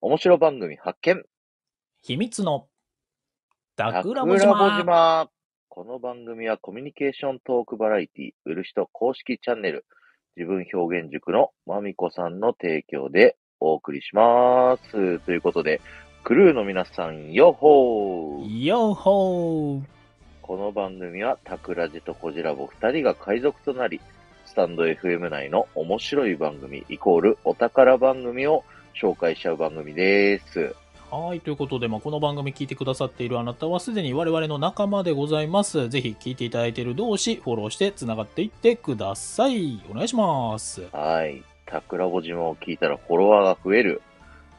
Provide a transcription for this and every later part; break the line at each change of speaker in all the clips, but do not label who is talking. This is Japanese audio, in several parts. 面白番組発見
秘密のダクラボ
桜ボ
島
島この番組はコミュニケーショントークバラエティ、ウルシと公式チャンネル、自分表現塾のまみこさんの提供でお送りします。ということで、クルーの皆さん、ヨッホー
ヨッホー
この番組はタクラジとコジラボ2人が海賊となり、スタンド FM 内の面白い番組イコールお宝番組を紹介しちゃう番組です。
はい、ということで、まあ、この番組聞いてくださっているあなたはすでに我々の仲間でございます。ぜひ聞いていただいている同士、フォローしてつながっていってください。お願いします。
はい。タクラボ島を聞いたらフォロワーが増える。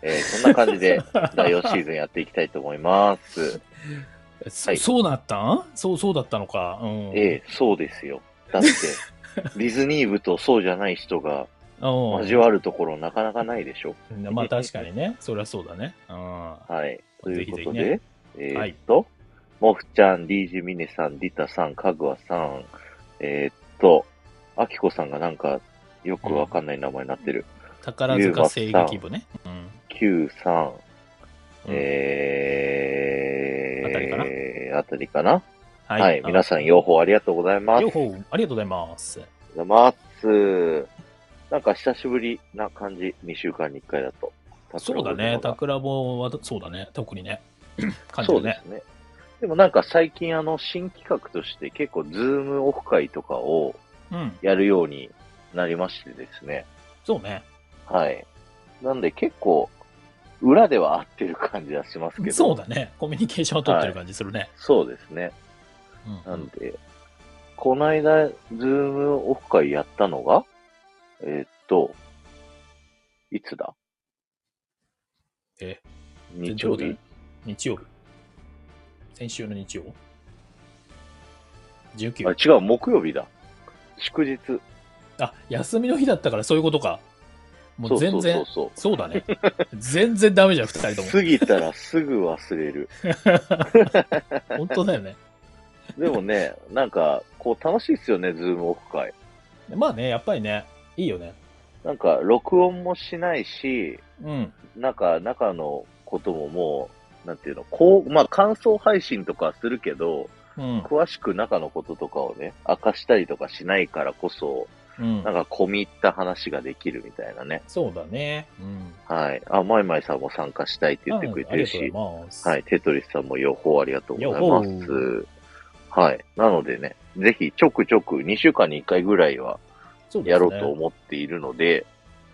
えーそんな感じ で第4シーズンやっていきたいと思います。
そ
はい
そうなったんそう、そうだったのか。うん。
ええ、そうですよ。だ って、ディズニー部とそうじゃない人が
うん
交わるところなかなかないでしょ。
まあ確かにね、そりゃそうだね。うん。
はい。と
ぜ
い
ひ
う
ぜ
こと
ひ
で、
ね
えーっと、モフちゃん、リージュミネさん、ディタさん、かぐわさん、えーっと、アキコさんがなんかよくわかんない名前になってる。
宝塚声劇部ね。うん。
Q さん、
うん
えー、
あたりかな
あたりかな
は
はい、皆さん、用法ありがとうございます。あ
両
りがとう
方、ありがとうございます。
ございます。なんか久しぶりな感じ、2週間に1回だと。
そうだね、タクラボは、そうだね、特 にね。感じ
そ
る
うで
ね。
すね。でもなんか最近あの新企画として結構ズームオフ会とかを
うん、
やるようになりましてですね。
そうね。
はい。なんで結構裏では合ってる感じはしますけど。
そうだね、コミュニケーションを取ってる感じするね。
そうですね。
う
なん
ん。
で、この間、ズームオフ会やったのが、えーっと、いつだ
え
日曜日
日曜日。先週の日曜 ?19
あ、違う、木曜日だ。祝日。
あ、休みの日だったからそういうことか。も
そううそ
全
うそ
然
う、そう。
そうだね。全然ダメじゃん、二人と
過ぎたらすぐ忘れ る。
も。本当だよね。
でもね、なんか、こう楽しいっすよね、ズームオフ会。
まあね、やっぱりね、いいよね。
なんか、録音もしないし、
うん。
なんか、中のことももう、なんていうの、こう、まあ、感想配信とかはするけど、
うん。
詳しく中のこととかをね、明かしたりとかしないからこそ、
うん
なん。か込み入った話ができるみたいなね。
そうだね。うん。
はい。あ、マイマイさんも参加したいって言ってくれてる
うんあり
し
が、とうございます。
は。い。テトリスさんも予報ありがとうございま
よ
す。はい。なのでね、ぜひちょくちょく2週間に1回ぐらいは
そうですね
やろうと思っているので、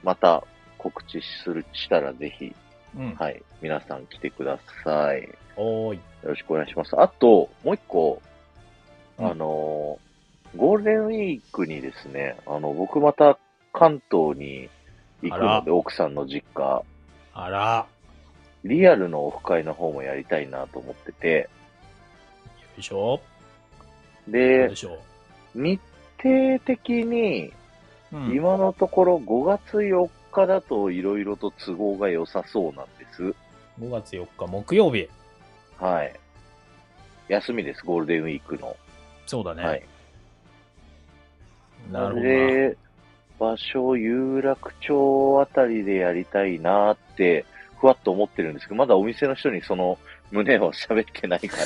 また告知する、したらぜひ、
うん。は
はい。皆さん来てください。
ーい。
よろしくお願いします。あと、もう一個、
うん
あのーゴールデンウィークにですね、あの、僕また関東に行く
あ
ので、
ら
奥さんの実家、
あら、
リアルのオフ会の方もやりたいなと思ってて、
よいしょ。どう
で
で、しょ
日程的に、
う。うん。
今のところ5月4日だといろいろと都合が良さそうなんです。
5月4日木曜日。
はい。休みです、ゴールデンウィークの。
そうだね。
はい。
なるほど な。
で、場所、有楽町あたりでやりたいなって、ふわっと思ってるんですけど、まだお店の人にその胸を喋ってないか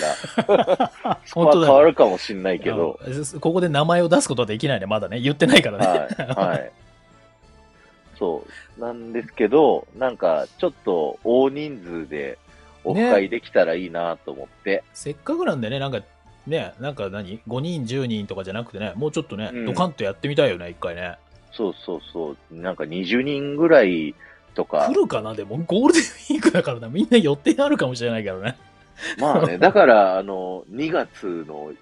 ら、そこ
本当
は
だ
変わ
よ
るかもしんないけど、
あここで名前を出すことはできないね、まだね。言ってないからね。
はい、はい。そう、なんですけど、なんか、ちょっと大人数でオフ会できたらいいなと思って、
せっかくなんでね、なんか、ね、なんか何 ?5 人、10人とかじゃなくてね、もうちょっとね、
うん
ドカンとやってみたいよね、一回ね。
そうそうそう、なんか20人ぐらいとか
来、るかなでも、ゴールデンウィークだからな、みんな予定あるかもしれないけどね。
まあね、だから、あの、2月の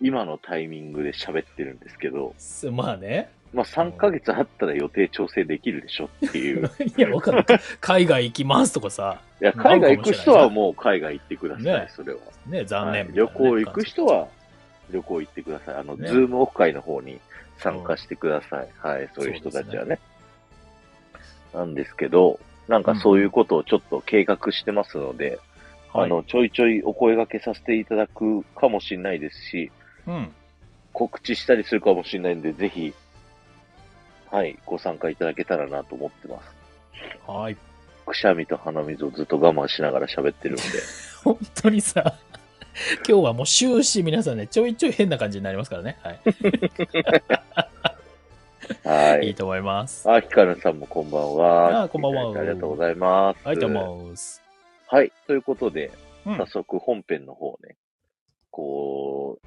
今のタイミングで喋ってるんですけど、
すまあね。
まあ3ヶ月あったら予定調整できるでしょって いう。
いや、わかんない。海外行きますとかさ、
いや、海外行く人はもう海外行ってください、
ね
それは。
ね、残念
はい
みたい
旅
なね、
行行く人は旅行行ってください。あの、
ね
ズームオフ会の方に参加してください。はい、そういう人たちはね。なんですけど、なんかそういうことをちょっと計画してますので、
はい、
あの、ちょいちょいお声掛けさせていただくかもしれないですし、
うん。
告知したりするかもしれないんで、ぜひ、はい、ご参加いただけたらなと思ってます。
はい。
くしゃみと鼻水をずっと我慢しながら喋ってるんで。
本当にさ、今日はもう終始皆さんね、ちょいちょい変な感じになりますからね。はい。、
はい
い
い。
と思います。
あ、ヒカルさんもこんばんは。
あこんばんは
ただい
い
てありがとうございます。
はい、どうもす。
はい。ということで、
うん
早速本編の方ね、こう、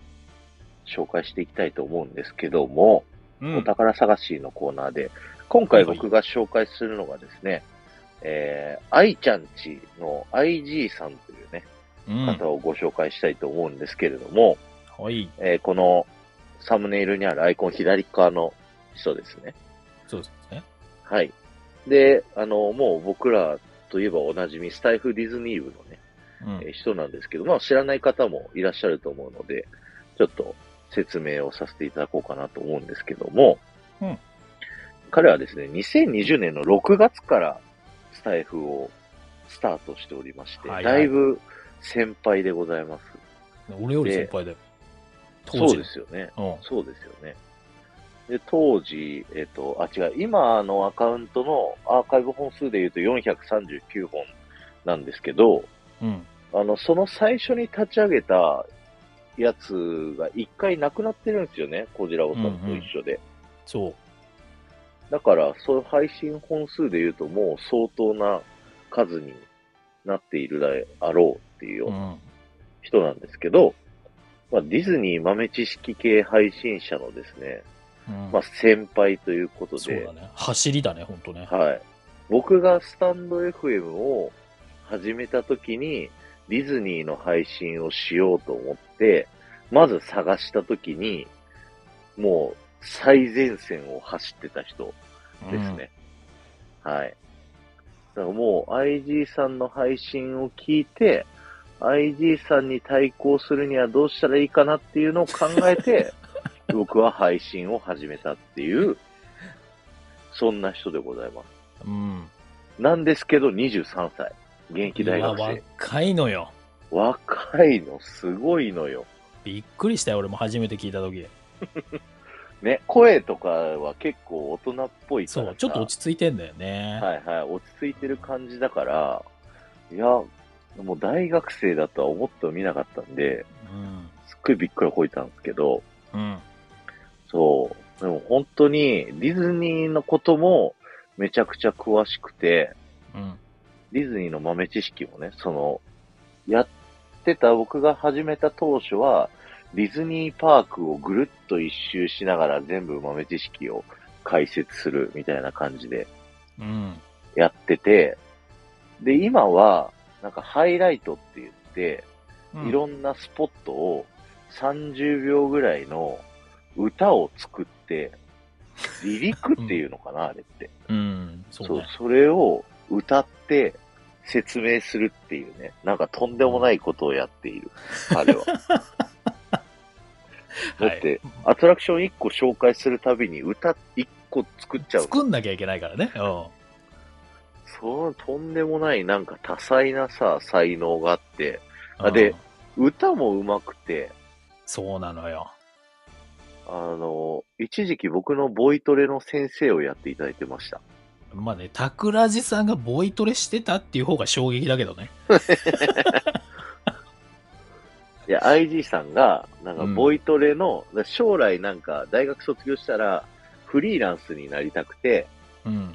紹介していきたいと思うんですけども、
うん
お宝探しのコーナーで、今回
はいはい
僕が紹介するのがですね、えー、愛ちゃんちの IG さんというね、
うん
方をご紹介したいと思うんですけれども、
はい、
えーこのサムネイルにあるアイコン左側の人ですね。
そうですね。
はい。で、あの、もう僕らといえばおなじみ、スタイフディズニー部のね、
うん
えー人なんですけど、まあ知らない方もいらっしゃると思うので、ちょっと説明をさせていただこうかなと思うんですけども、
うん
彼はですね、2020年の6月からスタイフをスタートしておりまして、
はいはい
だいぶ先輩でございます。
俺より先輩だよ。
そうですよね。
うん。
そうですよね。で、当時、えっ、と、あ、違う、今のアカウントのアーカイブ本数で言うと439本なんですけど、
うん。
あの、その最初に立ち上げたやつが一回なくなってるんですよね、こじらおさんと一緒で。
そう。
だから、そういう配信本数で言うともう相当な数になっているであろうっていうよ
う。
うなん人なんですけど、まあ、ディズニー豆知識系配信者のですね、
うん
まあ、先輩ということ
そう
で
だ、ね。走りだね、ほんとね。
はい。僕がスタンド FM を始めた時に、ディズニーの配信をしようと思って、まず探した時に、もう最前線を走ってた人ですね。はい。だからもう IG さんの配信を聞いて、IG さんに対抗するにはどうしたらいいかなっていうのを考え て、僕は配信を始めたっていう、そんな人でございます。
うん。うん。
なんですけど、23歳。現役大学
いや
生。
若いのよ。
若いの、すごいのよ。
びっくりしたよ、俺も初めて聞いた時。
ね、声とかは結構大人っぽいか
そ
らさ
う、ちょっと落ち着いてんだよね。
はいはい、落ち着いてる感じだから、いや、もう大学生だとは思ってもみなかったんで、
うん。
すっごいびっくりこいたんですけど、
うん。
そう、でも本当にディズニーのこともめちゃくちゃ詳しくて、
うん。
ディズニーの豆知識もね、その、やってた、僕が始めた当初は、ディズニーパークをぐるっと一周しながら全部豆知識を解説するみたいな感じで
うん。
やってて、で、今は、なんかハイライトって言って、
うん
いろんなスポットを30秒ぐらいの歌を作って、離陸っていうのか な、あれって。
うん。そ
そうう
ね。、
それを歌って説明するっていうね、なんかとんでもないことをやっている、彼 は。だって、アトラクション1個紹介するたびに歌1個作っちゃう。
作んなきゃいけないからね。うん。
そのとんでもないなんか多彩なさ、才能があって、あで
うん、
歌も上手くて、
そうなのよ。
あの、一時期僕のボイトレの先生をやっていただいてました。
まあね、桜地さんがボイトレしてたっていう方が衝撃だけどね。
いや、IG さんが、なんか、
うん
ボイトレの、だから将来なんか、大学卒業したら、フリーランスになりたくて、
うん。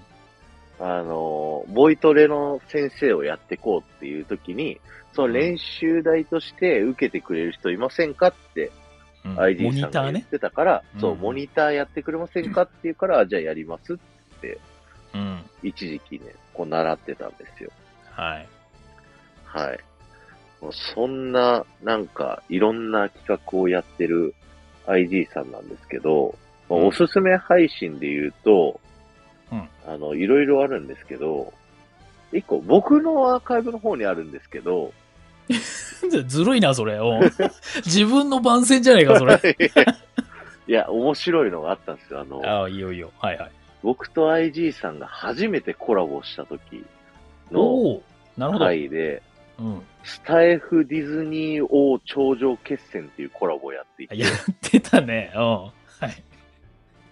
あのーボイトレの先生をやってこうっていう時に、その練習代として受けてくれる人いませんかって、
うんモ
IG
ニ
さん
タ
が
ー
言っ
ね。
てたから、
うん
そう、モニターやってくれませんかっていうから、あじゃあやります。
うん。
一時期ね、こう、習ってたんですよ。
はい。
はい。もうそんな、なんか、いろんな企画をやってる IG さんなんですけど、まあ
うん
おすすめ配信で言うと、
うん
あの、いろいろあるんですけど、一個、僕のアーカイブの方にあるんですけど、
ずるいな、それ。うん 自分の番宣じゃないか、それ。
いや、面白いのがあったんですよ。あの、
ああ、いいよいいよ。はいはい。
僕と IG さんが初めてコラボした時の
おおなるほど。
回で、
うん。
スタイフディズニー王頂上決戦っていうコラボをやっていて
やってたね。うん。はい。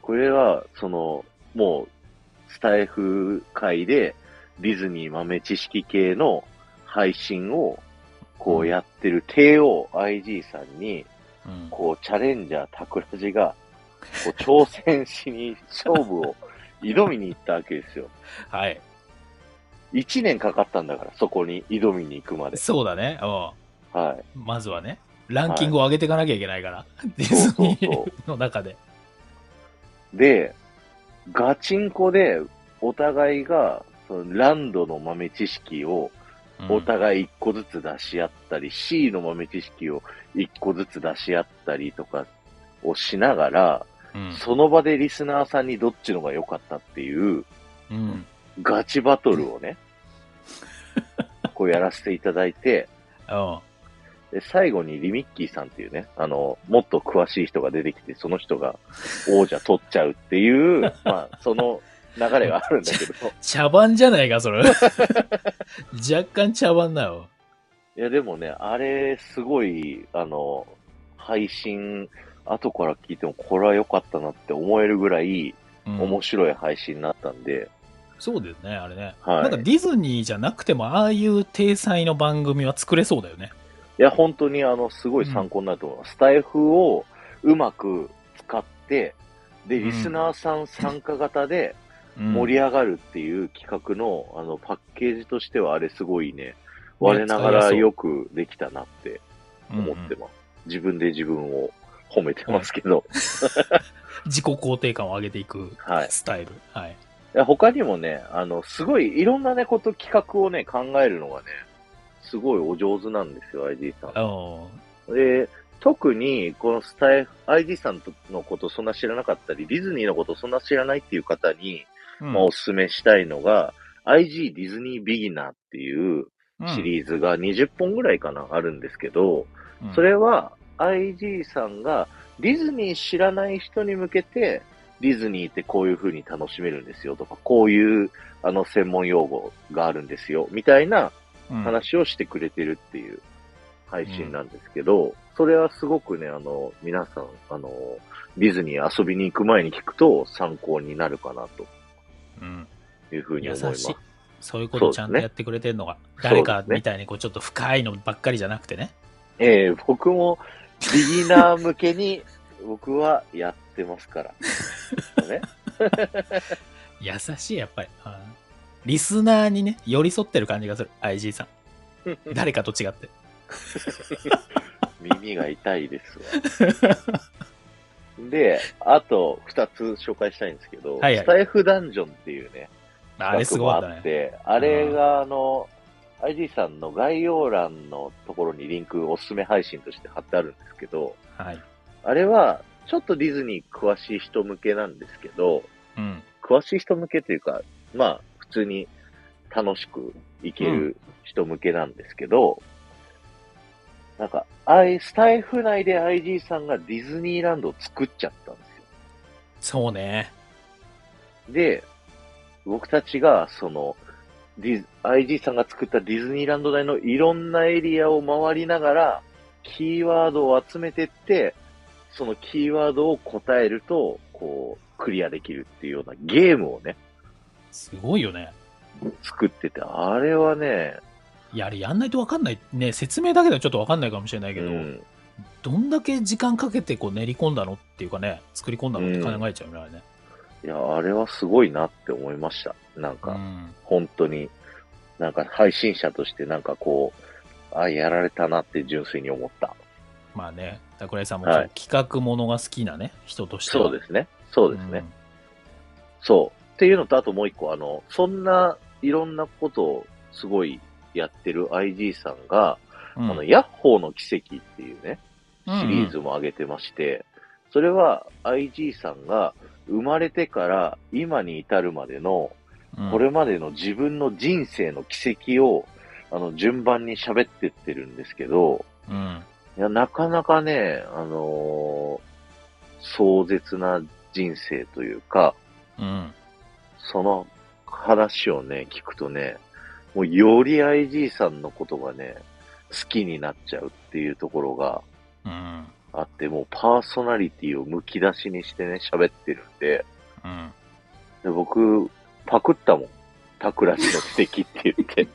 これは、その、もう、スタイフ界で、ディズニー豆知識系の配信を、こうやってる帝王 IG さんに、
うん
こう、チャレンジャー桜地が、こう、挑戦しに、勝負を挑みに行ったわけですよ。
はい。
一年かかったんだから、そこに挑みに行くまで。
そうだね。うん。
はい。
まずはね、ランキングを上げていかなきゃいけないから、ディズニーの中で。
で、ガチンコで、お互いが、そのランドの豆知識を、
うん
お互い一個ずつ出し合ったり、C の豆知識を一個ずつ出し合ったりとかをしながら、
うん
その場でリスナーさんにどっちのが良かったっていう、
うん。
ガチバトルをね、こうやらせていただいて、
うん。
で最後にリミッキーさんっていうね、あの、もっと詳しい人が出てきて、その人が王者取っちゃうって いう、まあ、その流れがあるんだけど、
茶番じゃないか、それ。 若干茶番だよ。
いや、でもね、あれ、すごい、あの、配信、後から聞いても、これは良かったなって思えるぐらい、
うん
面白い配信になったんで、
そうですね、あれね。
はい
なんかディズニーじゃなくても、ああいう体裁の番組は作れそうだよね。
いや、本当に、あの、すごい参考になると思います。スタイフをうまく使って、で、
うん
リスナーさん参加型で
うん
盛り上がるっていう企画の、あの、パッケージとしては、あれすごいね、我ながらよくできたなって思って
うん
ます。自分で自分を褒めてますけど、
自己肯定感を上げていく
はい。
スタイル。はい。
いや他にもね、あの、すごいいろんなね、こと企画をね、考えるのがね、すごいお上手なんですよ、ID さ
うん
ん。で、特に、このスタイフ、ID さんのことそんな知らなかったり、ディズニーのことそんな知らないっていう方に、
うん
まあ、おすすめしたいのが、IG ディズニービギナーっていうシリーズが20本ぐらいかな、あるんですけど、
うん
それは IG さんがディズニー知らない人に向けて、ディズニーってこういう風に楽しめるんですよとか、こういうあの専門用語があるんですよ、みたいな
うん
話をしてくれてるっていう配信なんですけど、それはすごくね、あの、皆さん、あの、ディズニー遊びに行く前に聞くと参考になるかな
うん
という風に
優
思いま
し
す
い。。そういうことちゃんとやってくれてるのが、誰かみたいにこうちょっと深いのばっかりじゃなくてね。
ええ僕もビギナー向けに僕はやってます から。ね。
優しい、やっぱり。うんリスナーにね、寄り添ってる感じがする、IG さん。誰かと違って。
耳が痛いです わ。で、あと2つ紹介したいんですけど、
はいはい
スタイフダンジョンっていうね、
あれすごかった
あっ
ね。
て、あれがあの、IG さんの概要欄のところにリンクおすすめ配信として貼ってあるんですけど、
はい。
あれはちょっとディズニー詳しい人向けなんですけど、
うん。
詳しい人向けというか、まあ、普通に楽しくいける人向けなんですけど、なんか、あいスタイフ内で IG さんがディズニーランドを作っちゃったんで
そうね。
すよ。で、僕たちが、その、ディズ IG さんが作ったディズニーランド内のいろんなエリアを回りながら、キーワードを集めてって、そのキーワードを答えると、こう、クリアできるっていうようなゲームをね、
すごいよね。
作ってて、あれはね、
いや、あれやんないとわかんない。ね、説明だけではちょっとわかんないかもしれないけど、
うん、
どんだけ時間かけてこう練り込んだのっていうかね、作り込んだのって考えちゃうよね、あれね。
いや、あれはすごいなって思いました。なん
う
か、
ん。
本当に、なんか配信者としてなんかこう、あ、やられたなって純粋に思った。
まあね、桜井さんも
はい
こう企画ものが好きなね、人としては。
そうですね。そうですね。そう。っていうのと、あともう一個、あの、そんないろんなことをすごいやってる IG さんが、
うん。うん
あの、ヤッホーの奇跡っていうね、
うん
シリーズも上げてまして、それは IG さんが生まれてから今に至るまでの
うん
これまでの自分の人生の軌跡を、あの、順番に喋ってってるんですけど、
うん。
いや、なかなかね、あのー壮絶な人生というか、
うん。
その話をね、聞くとね、もうより IG さんのことがね、好きになっちゃうっていうところが
うん。
あって、もうパーソナリティをむき出しにしてね、喋ってるんで、
うん。
で僕、パクったもん。タクラジの奇跡って言って。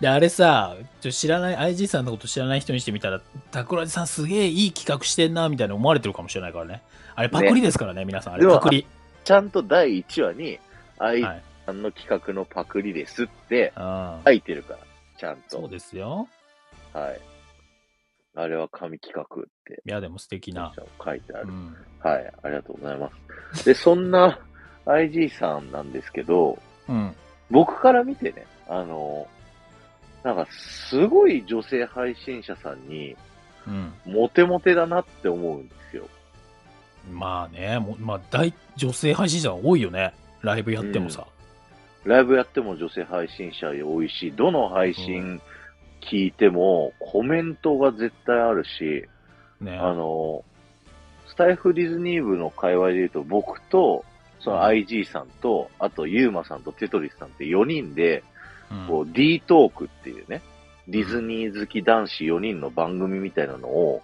で、あれさ、ちょっと知らない、IG さんのこと知らない人にしてみたら、桜地さんすげえいい企画してんな、みたいな思われてるかもしれないからね。あれパクリですからね、皆さん。あれ
でも
パクリ。
ちゃんと第1話に、あい
はい。
さんの企画のパクリですって
うん。
書いてるから、ちゃんと。
そうですよ。
はい。あれは神企画って、
いや、でも素敵な。
書いてあ
う
る。
ん。
はい、ありがとうございます。で、そんな IG さんなんですけど、
うん。
僕から見てね、あの、なんかすごい女性配信者さんに
うん。
モテモテだなって思うんですよ。
まあね、もうまあ、大、女性配信者は多いよね。ライブやってもさ。
ライブやっても女性配信者多いし、どの配信聞いてもコメントが絶対あるし、
ね。
あの、スタイフディズニー部の界隈で言うと、僕と、その IG さんと、あとユーマさんとテトリスさんって4人で、
うん
こう D トークっていうね、ディズニー好き男子4人の番組みたいなのを、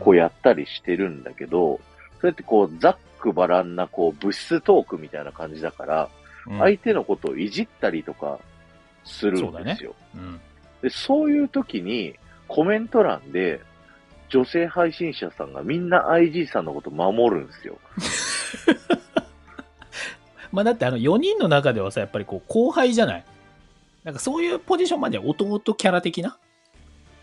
こうやったりしてるんだけど、そうやってこう、ざっくばらんな、こう、物質トークみたいな感じだから、
うん
相手のことをいじったりとかするん
そうだ
で
ね
すよ。
うん。
で、そういう時に、コメント欄で、女性配信者さんがみんな IG さんのこと守るんですよ。
まあだってあの4人の中ではさ、やっぱりこう後輩じゃないなんかそういうポジションまで弟キャラ的な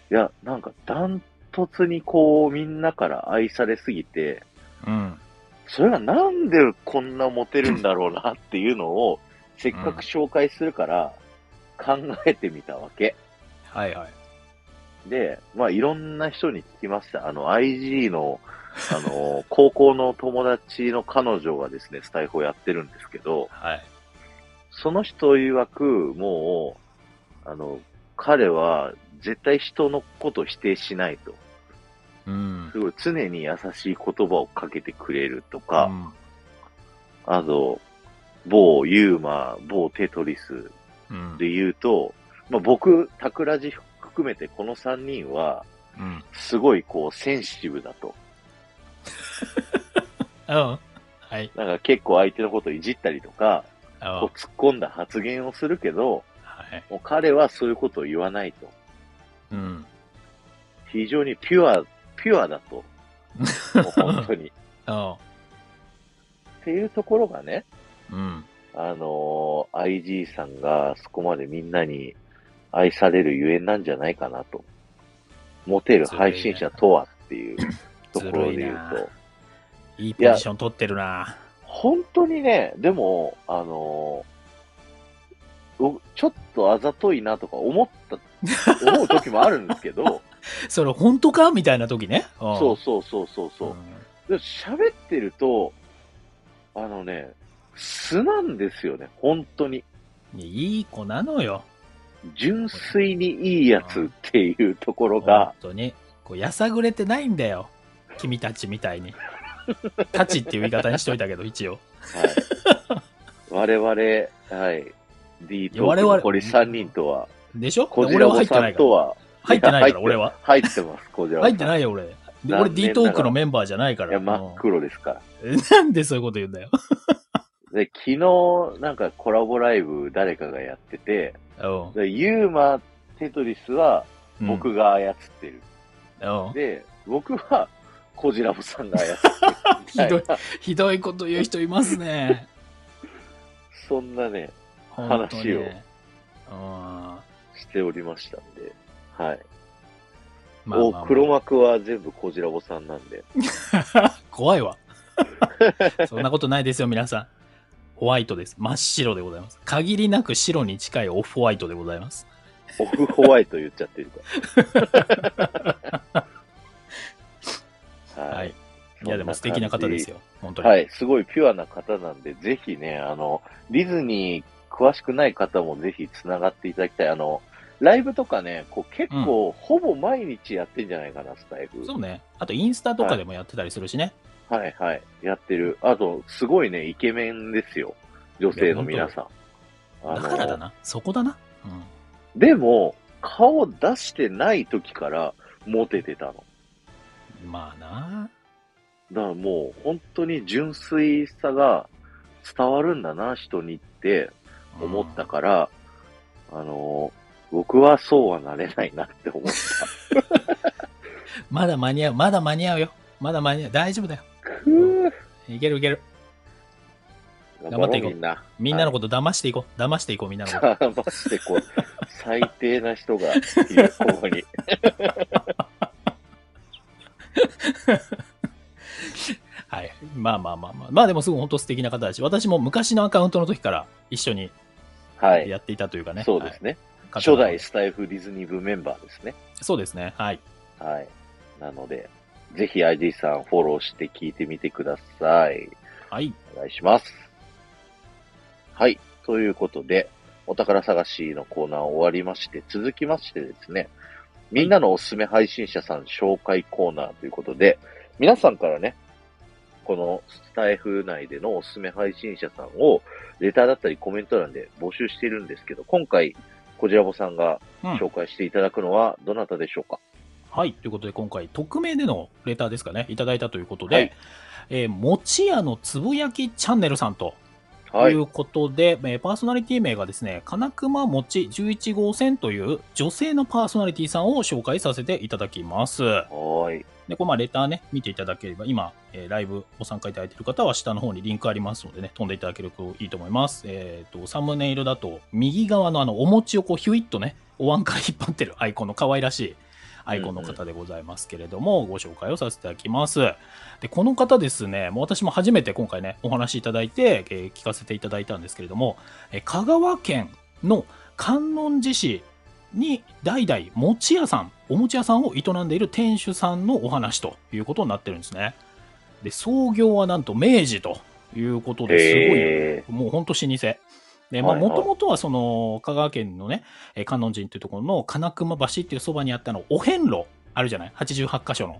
い
や、なんかダントツにこう、みんなから愛されすぎて、
うん。
それがなんでこんなモテるんだろうなっていうのを、せっかく紹介するから、考えてみたわけ。
はいはい。
で、まあいろんな人に聞きました。あの、IG の、あの、高校の友達の彼女がですね、スタイフをやってるんですけど、
はい。
その人曰く、もう、あの、彼は絶対人のことを否定しないと。
うん。
すごい常に優しい言葉をかけてくれるとか、あと、某ユーマ、某テトリス
うん。
で言うと、まあ、僕、タクラジ含めてこの3人は、
うん。
すごいこうセンシティブだと。
うん。はい。
なんか結構相手のことをいじったりとか、
うん
こう突っ込んだ発言をするけど、
はい。
もう彼はそういうことを言わないと。
うん。
非常にピュア、ピュアだと。もう本 当に。っ
うん。
ていうところがね、
うん。
あのー IG さんがそこまでみんなに愛されるゆえんなんじゃないかなと。モテる配信者とはっていうところで言う
ずるい
と
な。いいポジション取ってるな
本当にね、でも、あのーおちょっとあざといなとか思った、 思う時もあるんですけど、
それ本当かみたいな時ね。 うん
そうそうそうそうそうう。
ん
でも喋ってると、あのね、素なんですよね、本当に。
いやいい子なのよ。
純粋にいいやつっていうところが
本、当に。こう、やさぐれてないんだよ。君たちみたいに。たちっていう言い方にしといたけど、一応。
はい、我々、はい、D
いや
と
我々
残り3人とは、
でしょ
こじ
俺
ら
は
ぼ
入って
さ
なんいから
と。は、
入ってな
い
いか
や
ら、俺は。
入ってます、こじらぼさん。
入ってないよ、俺。で
残
俺
念
D トークのメンバーじゃないか
いや、
ら。
真っ黒ですから。
うんなんでそういうこと言うんだよ。
で、昨日、なんかコラボライブ誰かがやってて、
う
でユーマ、テトリスは
ん。
僕が操ってる。
うん。うん
で、僕は、コジラボさんが操ってる。
ひどい
みたな
ひどいこと言う人いますね。
そんなね、
本当に
話を
ね。うん。ま
しておりましたんで。はい。
あまあ
お、黒幕は全部コジラボさんなんで。
怖いわ。 そんなことないですよ、皆さん。ホワイトです。真っ白でございます。限りなく白に近いオフホワイトでございます。
オフホワイト言っちゃってるから。
は
はいい。。
いや、でも素敵な方です
よ。
よ。本当に。
はい。すごいピュアな方なんで、ぜひね、あの、ディズニー詳しくない方もぜひ繋がっていただきたい。あの、ライブとかね、こう結構、ほぼ毎日やってんじゃないかな、スタイフ。
そうね。あと、インスタとかでもやってたりするしね。
はいはい。やってる。あと、すごいね、イケメンですよ。女性の皆さん。あ
だ
の
からだな。そこだな。うん。
でも、顔出してない時からモテてたの。
まあな。
だからもう、本当に純粋さが伝わるんだな、人にって思ったから、あのー僕はそうはなれないなって思った。
まだ間に合う、まだ間に合うよ。まだ間に合う。大丈夫だよ。いけるいける。
頑
張っていこう
みんな。
みんなのこと騙していこう。騙していこう、みんなのこと。
はい。マジで こう、最低な人がいる、ここに。
はい。まあまあまあまあ。まあでもすごい本当素敵な方だし、私も昔のアカウントの時から一緒に
はい。
やっていたというかね。
そうですね。
はい
初代スタイフディズニー部メンバーですね。
そうですね。はい。
はい。なので、ぜひ IG さんフォローして聞いてみてください。
はい。
お願いします。はい。ということで、お宝探しのコーナー終わりまして、続きましてですね、みんなのおすすめ配信者さん紹介コーナーということで、皆さんからね、このスタイフ内でのおすすめ配信者さんを、レターだったりコメント欄で募集しているんですけど、今回、こじらぼさんが
うん
紹介していただくのはどなたでしょうか、
はい。ということで、今回、匿名でのレターですかね、いただいたということで、
はい
えーもちやのつぶやきチャンネルさんと
はい
い。うことで、えーパーソナリティ名がですね、金熊もち11号線という女性のパーソナリティさんを紹介させていただきます。
はーい。
で、これ、まあ、レターね、見ていただければ、今、えーライブご参加いただいている方は、下の方にリンクありますのでね、飛んでいただけるといいと思います。えっ、と、サムネイルだと、右側のあの、お餅をこう、ヒュイッとね、お椀から引っ張ってるアイコンの可愛らしいアイコンの方でございますけれども、ご紹介をさせていただきます。で、この方ですね、もう私も初めて今回ね、お話しいただいて、えー聞かせていただいたんですけれども、えー香川県の観音寺市に代々餅屋さんお餅屋さんを営んでいる店主さんのお話ということになってるんですねで創業はなんと明治ということですごい
え
もうほんと老舗。で、まあ、
はいはい
もともとはその、香川県のね、えー観音寺っていうところの金熊橋っていうそばにあったあの、お遍路、あるじゃない ?88 箇所の。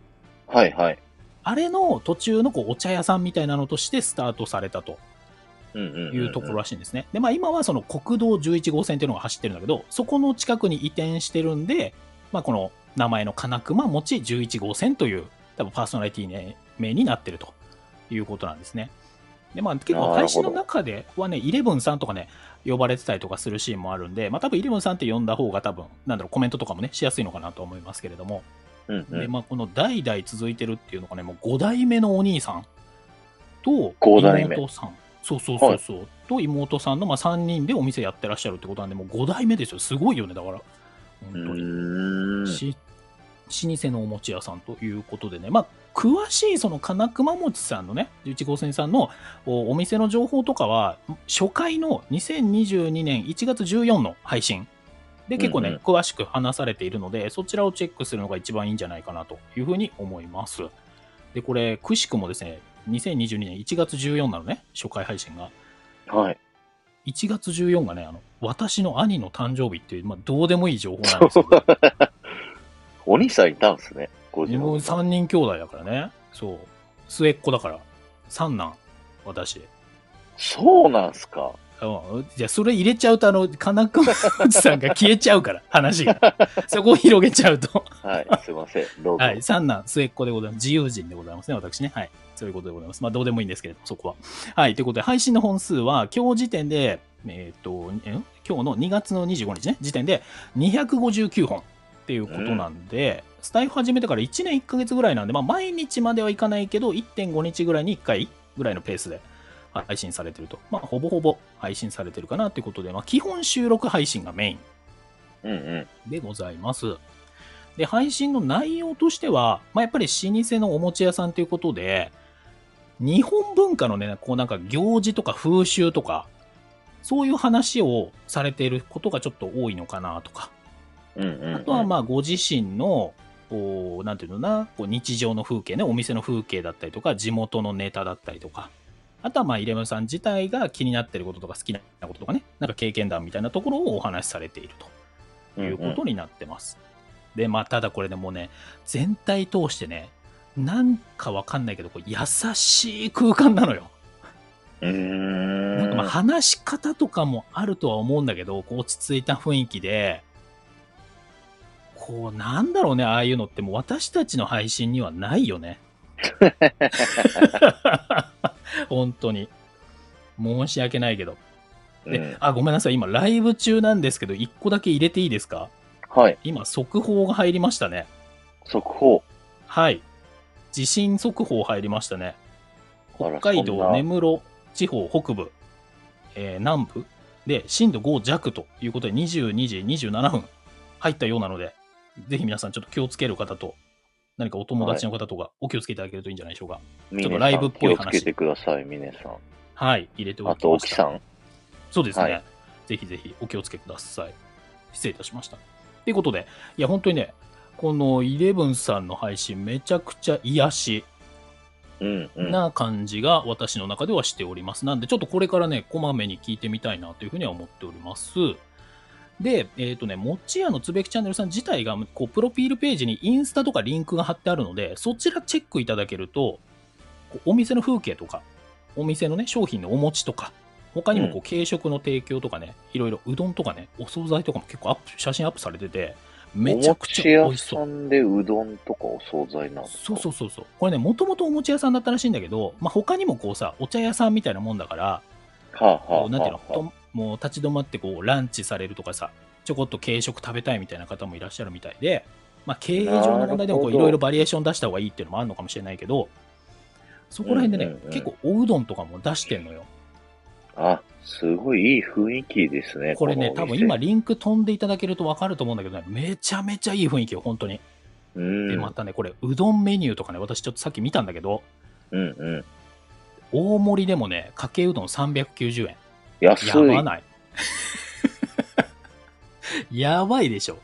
ーはいはい。
あれの途中のこうお茶屋さんみたいなのとしてスタートされたと
うんうんんん
いうところらしいんですね。で、まあ今はその国道11号線っていうのが走ってるんだけど、そこの近くに移転してるんで、まあこの名前の金熊餅11号線という多分パーソナリティね名になってるということなんですね。で、まあ結構
なる
配
ほ
信
ど
の中ではね、イレブンさんとかね、呼ばれてたりとかするシーンもあるんで、まあ多分イレブンさんって呼んだ方が多分、なんだろう、コメントとかもね、しやすいのかなと思いますけれども、
うんう
で、
ん。
まあ、この代々続いてるっていうのがね、もう5代目のお兄さんと
五代目
妹さん、そうそうそうそう、と妹さんのまあ3人でお店やってらっしゃるってことなんで、もう5代目ですよ、すごいよね、だから、
う
本当に。
ーん。
し老舗のお餅屋さんということでね、まあ、詳しいその金熊餅さんのね、11号線さんのおお店の情報とかは、初回の2022年1月14の配信で結構ね、
うんうん
詳しく話されているので、そちらをチェックするのが一番いいんじゃないかなというふうに思います。で、これ、くしくもですね、2022年1月14なのね、初回配信が。
はい。
1月14がね、あの私の兄の誕生日っていう、まあ、どうでもいい情報なん ですけど、
お兄さんいたんですね。ご自
自分
分
3人兄弟だからね。そう。末っ子だから。三男、私。
そうなんすか。
うん、じゃあ、それ入れちゃうと、あの、金子おじさんが消えちゃうから、話が。そこを広げちゃうと。
はい。 すいません。どうぞ。
はい。三男、末っ子でございます。自由人でございますね、私ね。はい。そういうことでございます。まあ、どうでもいいんですけれども、そこは。はい。ということで、配信の本数は、今日時点で、えーっ、と、ん今日の2月の25日ね、時点で259本っていうことなんで、スタイフ始めてから1年1ヶ月ぐらいなんで、まあ、毎日まではいかないけど、1.5日ぐらいに1回ぐらいのペースで。配信されてると。まあ、ほぼほぼ配信されてるかなということで、まあ、基本収録配信がメイン
うんうん。
でございます。で、配信の内容としては、まあ、やっぱり老舗のお餅屋さんということで、日本文化のね、こうなんか行事とか風習とか、そういう話をされていることがちょっと多いのかなとか、
うんうんうん。
あとはまあご自身の、こうなんていうのかな、こう日常の風景ね、お店の風景だったりとか、地元のネタだったりとか、あとはまあイレブンさん自体が気になってることとか好きなこととかね、なんか経験談みたいなところをお話しされていると。
うん
いうこ
うん
とになってます。で、まあ、ただこれでもうね、全体通してね、なんかわかんないけど、こう優しい空間なのよ。
うーん。
なんかまあ話し方とかもあるとは思うんだけど、こう落ち着いた雰囲気で、こう、なんだろうね、ああいうのってもう私たちの配信にはない よね。本当に。申し訳ないけど。
う
で
ん、
あ、ごめんなさい。今、ライブ中なんですけど、1個だけ入れていいですか
はい。
今、速報が入りましたね。
速報。
はい。地震速報入りましたね。
あら
北海
そんな
道根室地方北部、えー南部で震度5弱ということで22時27分入ったようなので、ぜひ皆さんちょっと気をつける方と、何かお友達の方とかお気をつけいただけるといいんじゃないでしょうか。
ミ
ょっと
ネ
ライ
さ
ブっ
ん、
ぽ
気
い
を
話
つけてください、ミネさん。
はい、入れておきま
あ
した。
と、沖さん。
そうですね、
はい
ぜひぜひお気をつけください。失礼いたしました。ということで、いや、本当にね、このイレブンさんの配信、めちゃくちゃ癒し、
うん、うん。
な感じが私の中ではしております。なんで、ちょっとこれからね、こまめに聞いてみたいなというふうには思っております。で、えっ、とね、もちやのつべきチャンネルさん自体が、こう、プロフィールページにインスタとかリンクが貼ってあるので、そちらチェックいただけると、こうお店の風景とか、お店のね、商品のお餅とか、他にもこ
う
う軽食の提供とかね、いろいろうどんとかね、お惣菜とかも結構アップ、写真アップされてて、めちゃくちゃ
お
美味
餅
し
屋
そう
さ。んでうどんとかお惣菜なんですか
そうそうそうそうこれねもともとお餅屋さんだったらしいんだけど、まあ、他にもこうさお茶屋さんみたいなもんだから
はあ、はあ、
こうなんていうの
はあはあ
ともう立ち止まってこうランチされるとかさちょこっと軽食食べたいみたいな方もいらっしゃるみたいで、まあ、経営上の問題でもこう
なるほ
い
ど
ろいろバリエーション出した方がいいっていうのもあるのかもしれないけどそこら辺でね、
うんうんうん
結構おうどんとかも出してんのよ
あ、すごいいい雰囲気ですね。
これね
の
多
お
分
店
今、リンク飛んでいただけると分かると思うんだけどねめちゃめちゃいい雰囲気よ本当に
うん、う
で
ん
またねこれうどんメニューとかね私ちょっとさっき見たんだけど
うん。
大盛りでもね、かけうどん390円。
安い。
やばない。 やばいでしょ。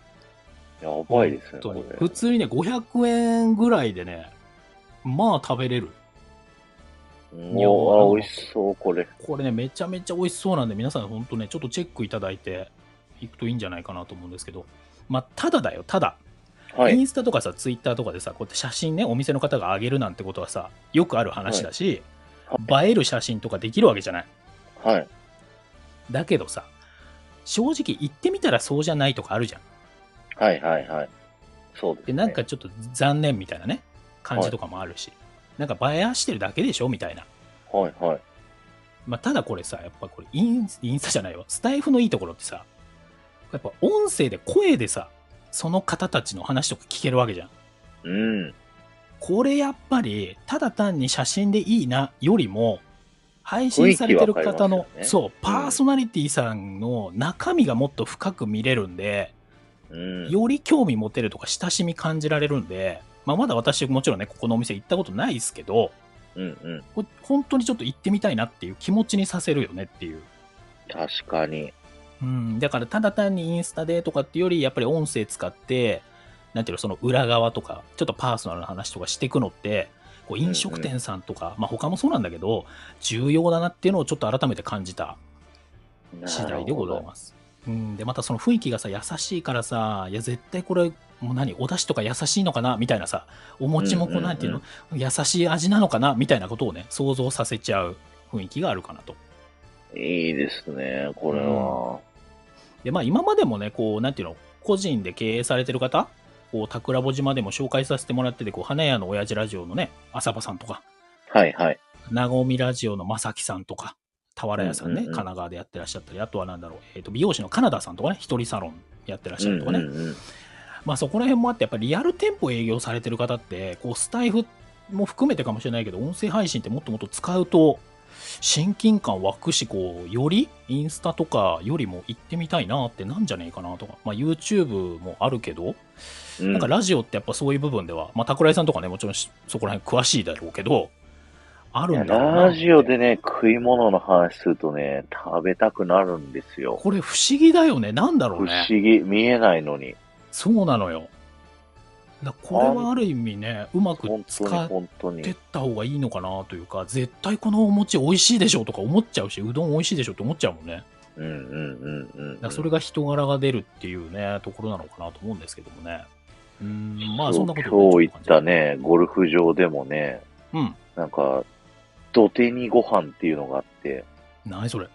やばいですね。
本当に
これ
普通にね、500円ぐらいでね、まあ食べれる。
うんおあ、
いや
美味しそう、これ。
これね、めちゃめちゃ美味しそうなんで、皆さん本当ね、ちょっとチェックいただいていくといいんじゃないかなと思うんですけど、まあ、ただだよ、ただ。
は
イ
い。
ンスタとかさ、ツイッターとかでさ、こうやって写真ね、お店の方が上げるなんてことはさ、よくある話だし、映える写真とかできるわけじゃない。
はい。
だけどさ、正直行ってみたらそうじゃないとかあるじゃん。
はい、はい、はい。そうです、
で、
ね。
なんかちょっと残念みたいなね、感じとかもあるし、なんか映えしてるだけでしょみたいな。
はい、はい。
まあ、ただこれさ、やっぱこれイン、インスタじゃないわ。スタイフのいいところってさ、やっぱ音声で、声でさ、その方たちの話とか聞けるわけじゃん。
うん。
これやっぱり、ただ単に写真でいいなよりも、配信されてる方の、
雰囲気わかりますよね
そう、パーソナリティさんの中身がもっと深く見れるんで、
うん。
より興味持てるとか親しみ感じられるんで、まあ、まだ私もちろんねここのお店行ったことないですけど
うん、うん。
これ本当にちょっと行ってみたいなっていう気持ちにさせるよねっていう、
確かに。
うん、だからただ単にインスタでとかっていうよりやっぱり音声使ってなんていうのその裏側とかちょっとパーソナルな話とかしていくのってこう飲食店さんとか、まあ、他もそうなんだけど重要だなっていうのをちょっと改めて感じた次第でございます。うん、でまたその雰囲気がさ優しいからさいや絶対これもう何お出汁とか優しいのかなみたいなさお餅もこ
う
うん
うんうん
なんていうの、優しい味なのかなみたいなことをね想像させちゃう雰囲気があるかなと。
す。いいですね、これは。
でまあ今までもねこうなんていうの個人で経営されてる方こう桜穂島でも紹介させてもらっててこう花屋の親父ラジオのね浅場さんとか
はい、はい。
なごみラジオのまさきさんとか俵屋さん
う
ね、
んうんうん
神奈川でやってらっしゃったりあとはなんだろう、えー、と美容師のカナダさんとかね一人サロンやってらっしゃるとかね、
うんうんうん
まあそこら辺もあって、やっぱりリアル店舗営業されてる方って、こうスタイフも含めてかもしれないけど、音声配信ってもっともっと使うと、親近感湧くし、こう、よりインスタとかよりも行ってみたいなってなんじゃねえかなとか、まあ YouTube もあるけど、
うん
なんかラジオってやっぱそういう部分では、まあ桜井さんとかね、もちろんしそこら辺詳しいだろうけど、あるんだろうなって
ラジオでね、食い物の話するとね、食べたくなるんですよ。
これ不思議だよね。なんだろ
不
う
思
ね。
議、見えないのに。
そうなのよ。だこれはある意味ね、うまく
本当
使
に
っ
本当
ってっ
に。
た方がいいのかなというか絶対このお餅美味しいでしょとか思っちゃうしうどん美味しいでしょって思っちゃうもんねだか
うんうんうんうんう
ら
ん。
それが人柄が出るっていうねところなのかなと思うんですけどもねうーんまあそんなこと
そう今
を
日行ったね、ゴルフ場でもね、
うん
なんか、土手にご飯っていうのがあって、
何それ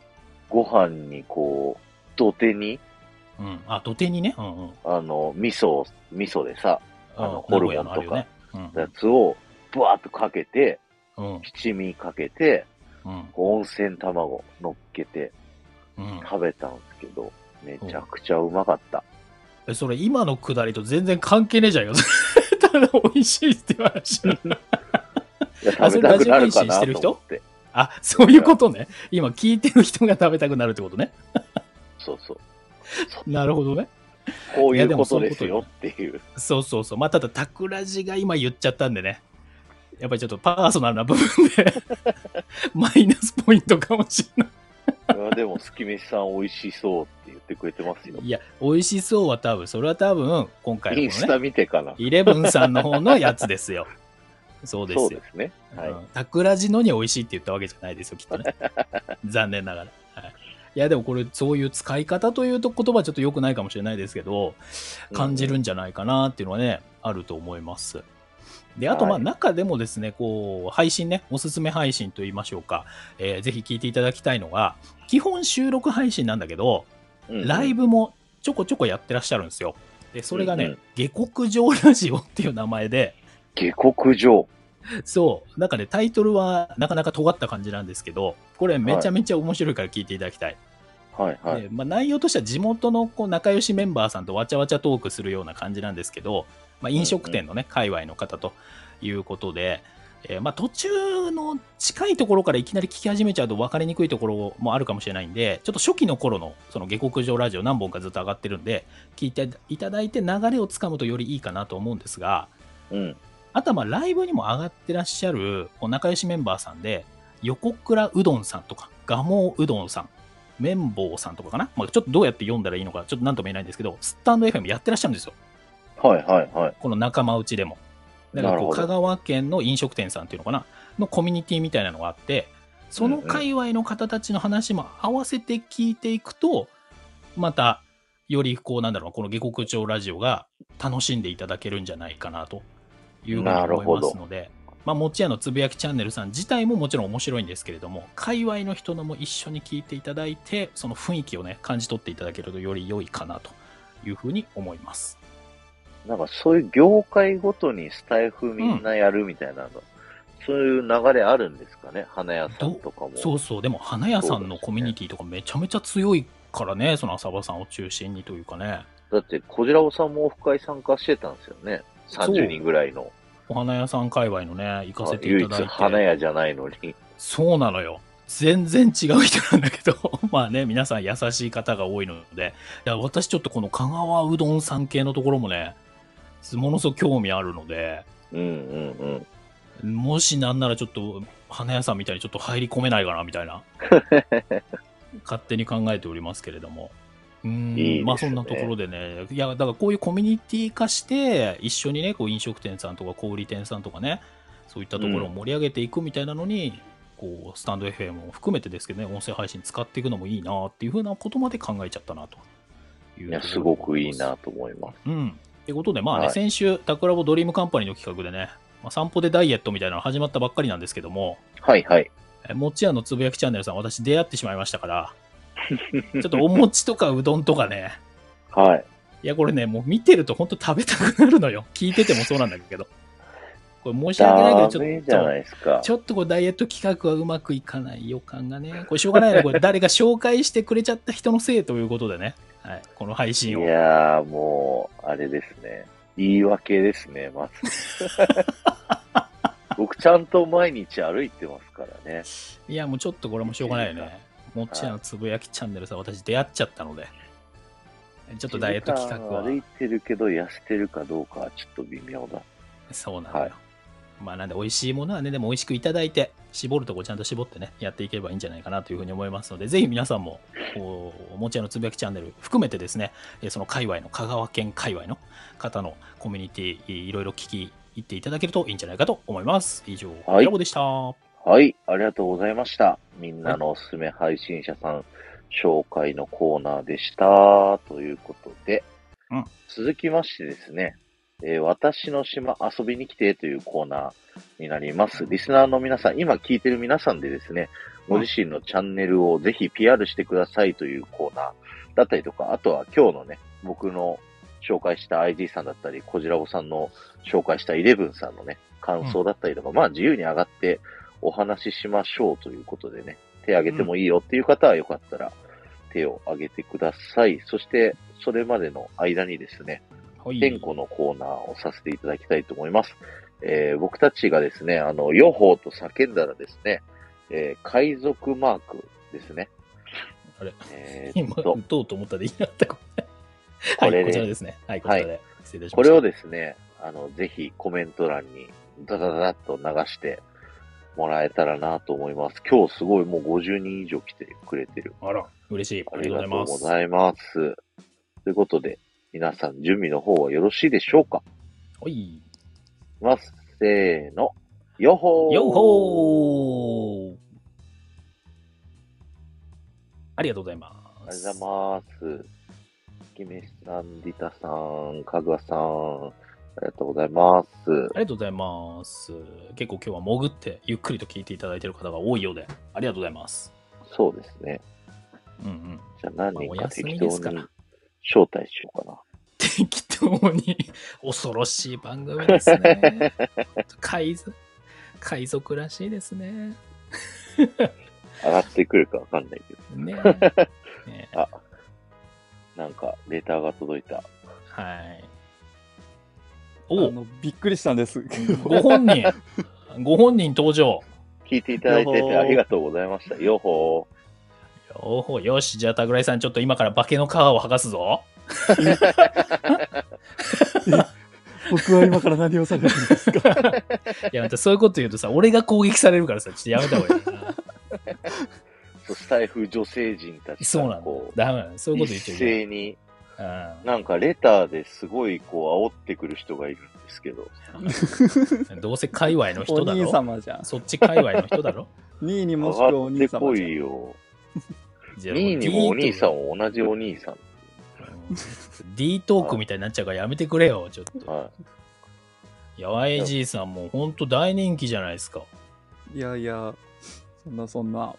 ご飯にこう、土手に、
うんあ土手にねうんうん
あの、味噌を、味噌でさ、あのホルモンとか
名古屋のある
や
よね
つを、ぶわーっとかけて、
うんうん
七味かけて、
うん
温泉卵乗っけて、
うん、
食べたんですけど、めちゃくちゃうまかった。
えそれ今のくだりと全然関係ねえじゃんよ ただ美味しいっていう話
いや
あ
食べたくなるかな
それラジオ配信してる人
と思って。
あそういうことね今聞いてる人が食べたくなるってことね
そうそう。
なるほどね
こう
い
い
や
う
で
こ
も
と
そうい
で
うこ
す
と
よっていう。
そうそうそうまあただタクラジが今言っちゃったんでねやっぱりちょっとパーソナルな部分で マイナスポイントかもしれない
いやでも、すき飯さん美味しそうって言ってくれてますよ。
いや美味しそうは多分それは多分今回
イン
のこ
ス
のね
タ見てかな。
イレブンさんの方のやつですよそうです
そう
よ
ですね。はい。
うんタクラジのに美味しいって言ったわけじゃないですよ、きっ とね。残念ながら。はい、いや、でもこれ、そういう使い方というと言葉はちょっと良くないかもしれないですけど、感じるんじゃないかなっていうのはね、あると思います。で、あと、まあ、
はい
中でもですね、こう、配信ね、おすすめ配信といいましょうか、えーぜひ聞いていただきたいのが、基本収録配信なんだけど、
うん、うん
ライブもちょこちょこやってらっしゃるんですよ。で、それがね、
うんうん
下克上ラジオっていう名前で、
下克上。
そう。なんかね、タイトルはなかなか尖った感じなんですけど、これめちゃめちゃ面白いから聞いていただきたい。
はいはい。
でまあ、内容としては地元のこう仲良しメンバーさんとわちゃわちゃトークするような感じなんですけど、まあ、飲食店のね、界隈の方ということで、えーまあ、途中の近いところからいきなり聞き始めちゃうと分かりにくいところもあるかもしれないんで、ちょっと初期の頃のその下克上ラジオ何本かずっと上がってるんで、聞いていただいて流れをつかむとよりいいかなと思うんですが、
うん。
あとはまあライブにも上がってらっしゃるお仲良しメンバーさんで、横倉うどんさんとか、蒲生うどんさん、綿棒さんとかかな、まあ、ちょっとどうやって読んだらいいのか、ちょっとなんとも言えないんですけど、スタンド FM やってらっしゃるんですよ、
はいはいはい。
この仲間内でも。だから
なる
こ
ほ
う
ど
香川県の飲食店さんっていうのかな、のコミュニティみたいなのがあって、その界隈の方たちの話も合わせて聞いていくと、また、よりこうなんだろう、この下克上ラジオが楽しんでいただけるんじゃないかなというふうに
なる
思
ほ
い
ど
ますので、まあ、持ち屋のつぶやきチャンネルさん自体ももちろん面白いんですけれども、界隈の人のも一緒に聞いていただいて、その雰囲気をね、感じ取っていただけるとより良いかなというふうに思います。
なんかそういう業界ごとにスタイフみんなやるみたいなの、そういう流れあるんですかね花屋さんとかも。
そうそう、でも花屋さんのコミュニティとかめちゃめちゃ強いからね、その浅場さんを中心にというかね、
だって、こじらおさんもオフ会参加してたんですよね。
そう
30人ぐらいの。
お花屋さん界隈のね、行かせてい
唯
ただい
一
て。
花屋じゃないのに。
そうなのよ。全然違う人なんだけど、 まあね、皆さん優しい方が多いので、いや、私ちょっとこの香川うどんさん系のところもね、ものすごく興味あるので、
うんうんうん。
もしなんならちょっと花屋さんみたいにちょっと入り込めないかなみた いな、勝手に考えておりますけれども。う
い
ん
いですね
まあそんなところでね、いや、だからこういうコミュニティ化して、一緒にね、こう飲食店さんとか小売店さんとかね、そういったところを盛り上げていくみたいなのに、こう、スタンド FM を含めてですけどね、音声配信使っていくのもいいなっていうふうなことまで考えちゃったなという
い
ところでござい
や、
ます。
すごくいいなと思います。
うん。ってことで、まあね、
はい
先週、タクラボドリームカンパニーの企画でね、まあ、散歩でダイエットみたいなの始まったばっかりなんですけども、
はいはい。
えもち屋のつぶやきチャンネルさん、私出会ってしまいまし たから、ちょっとお餅とかうどんとかね、
はい。
いや、これね、もう見てると本当食べたくなるのよ。聞いててもそうなんだけど。これ申し訳ない
ダ
けど、
メじ
ち
ゃ
ょっ
ない
と、
ですか
ち。ょっとこうダイエット企画はうまくいかない予感がね、これしょうがないな、これ誰が紹介してくれちゃった人のせいということでね、はい、この配
い
信を。
やー、もう、あれですね。言い訳ですね、まず。 僕、ちゃんと毎日歩いてますからね。
いや、もうちょっとこれもしょうがないよね。もちやのつぶやきチャンネルさ、私出会っちゃったので、ちょっとダイエット企画は
一時間、歩いてるけど、痩せてるかどうかはちょっと微妙だ。
そうなんだよ。
はい
まあ、なんで、美味しいものはね、でも美味しくいただいて、絞るとこちゃんと絞ってね、やっていけばいいんじゃないかなというふうに思いますので、ぜひ皆さんも、こうおもちゃのつぶやきチャンネル含めてですね、えーその界隈の、香川県界隈の方のコミュニティ、えーいろいろ聞き入っていただけるといいんじゃないかと思います。以上、
はい
ラボでした。
はい、ありがとうございました。みんなのおすすめ配信者さん紹介のコーナーでした。ということで、
うん
続きましてですね、えー私の島遊びに来てというコーナーになります。リスナーの皆さん、今聞いてる皆さんでですね、ご自身のチャンネルをぜひ PR してくださいというコーナーだったりとか、あとは今日のね、僕の紹介した IG さんだったり、こじらぼさんの紹介したイレブンさんのね、感想だったりとか、まあ自由に上がってお話ししましょうということでね、手挙げてもいいよっていう方はよかったら、手を挙げてください。そして、それまでの間にですね、
はい。
点呼のコーナーをさせていただきたいと思います。えー僕たちがですね、あの、ヨホーと叫んだらですね、えー海賊マークですね。
あれ
えー
今、
っ
打
と、
とうと思ったでいいなった。こ
こ
れ
れ
はい、こちら
で、
ですね。はい、こちらで。失礼いたしました。
これをですね、あの、ぜひコメント欄にダダダダッと流してもらえたらなと思います。今日すごいもう50人以上来てくれてる。
あら、嬉しい。あ
あ
り
り
が
が
と
と
う
う
ご
ご
ざいます。
ざいます。ということで、皆さん準備の方はよろしいでしょうか
はい。
いきます。せーの。よほー
よっほーありがとうございます。
ありがとうございます。キメシさん、リタさん、かぐわさん、ありがとうございます。
ありがとうございます。結構今日は潜ってゆっくりと聞いていただいている方が多いようで、ありがとうございます。
そうですね。
うんうん。
じゃあ何
まあお
人か
休
適
み
当
ですから
に招待しようかな。
適当に恐ろしい番組です ね。海賊海賊らしいですね。
上がってくるかわかんないけど、
ねえねえ
なんかレターが届いた。
はい。
あ
お
のびっくりしたんです。
ご本人、ご本人登場。
聞いていただいて
よほ
て
ー
ありがとうございました。よほ
おほよし、じゃあ、たぐらいさん、ちょっと今から化けの皮を剥がすぞ。
僕は今から何をされるんですか
いや、またそういうこと言うとさ、俺が攻撃されるからさ、ちょっとやめた方がいいな。
ー。そうスタイフ女性陣たち
そうな
が
んだ
こ。う、
ダメなの。そういうこと言
一
っちゃいけない
斉に、
うん
なんかレターですごいこう煽ってくる人がいるんですけど、
どうせ界隈の
お
人だ
兄
ろ。
様じゃん。
そっち界隈の人だろ。
2位にもしくはお
上がっ
兄
てこ
様じゃん
い。よ。
じゃあ
2位にもお兄さん
を。
も同じお兄さん。
D トークみたいになっちゃうからやめてくれよ、ちょっと。
はい
やわえじいさんもほんと大人気じゃないですか。
いやいや、そんなそんな、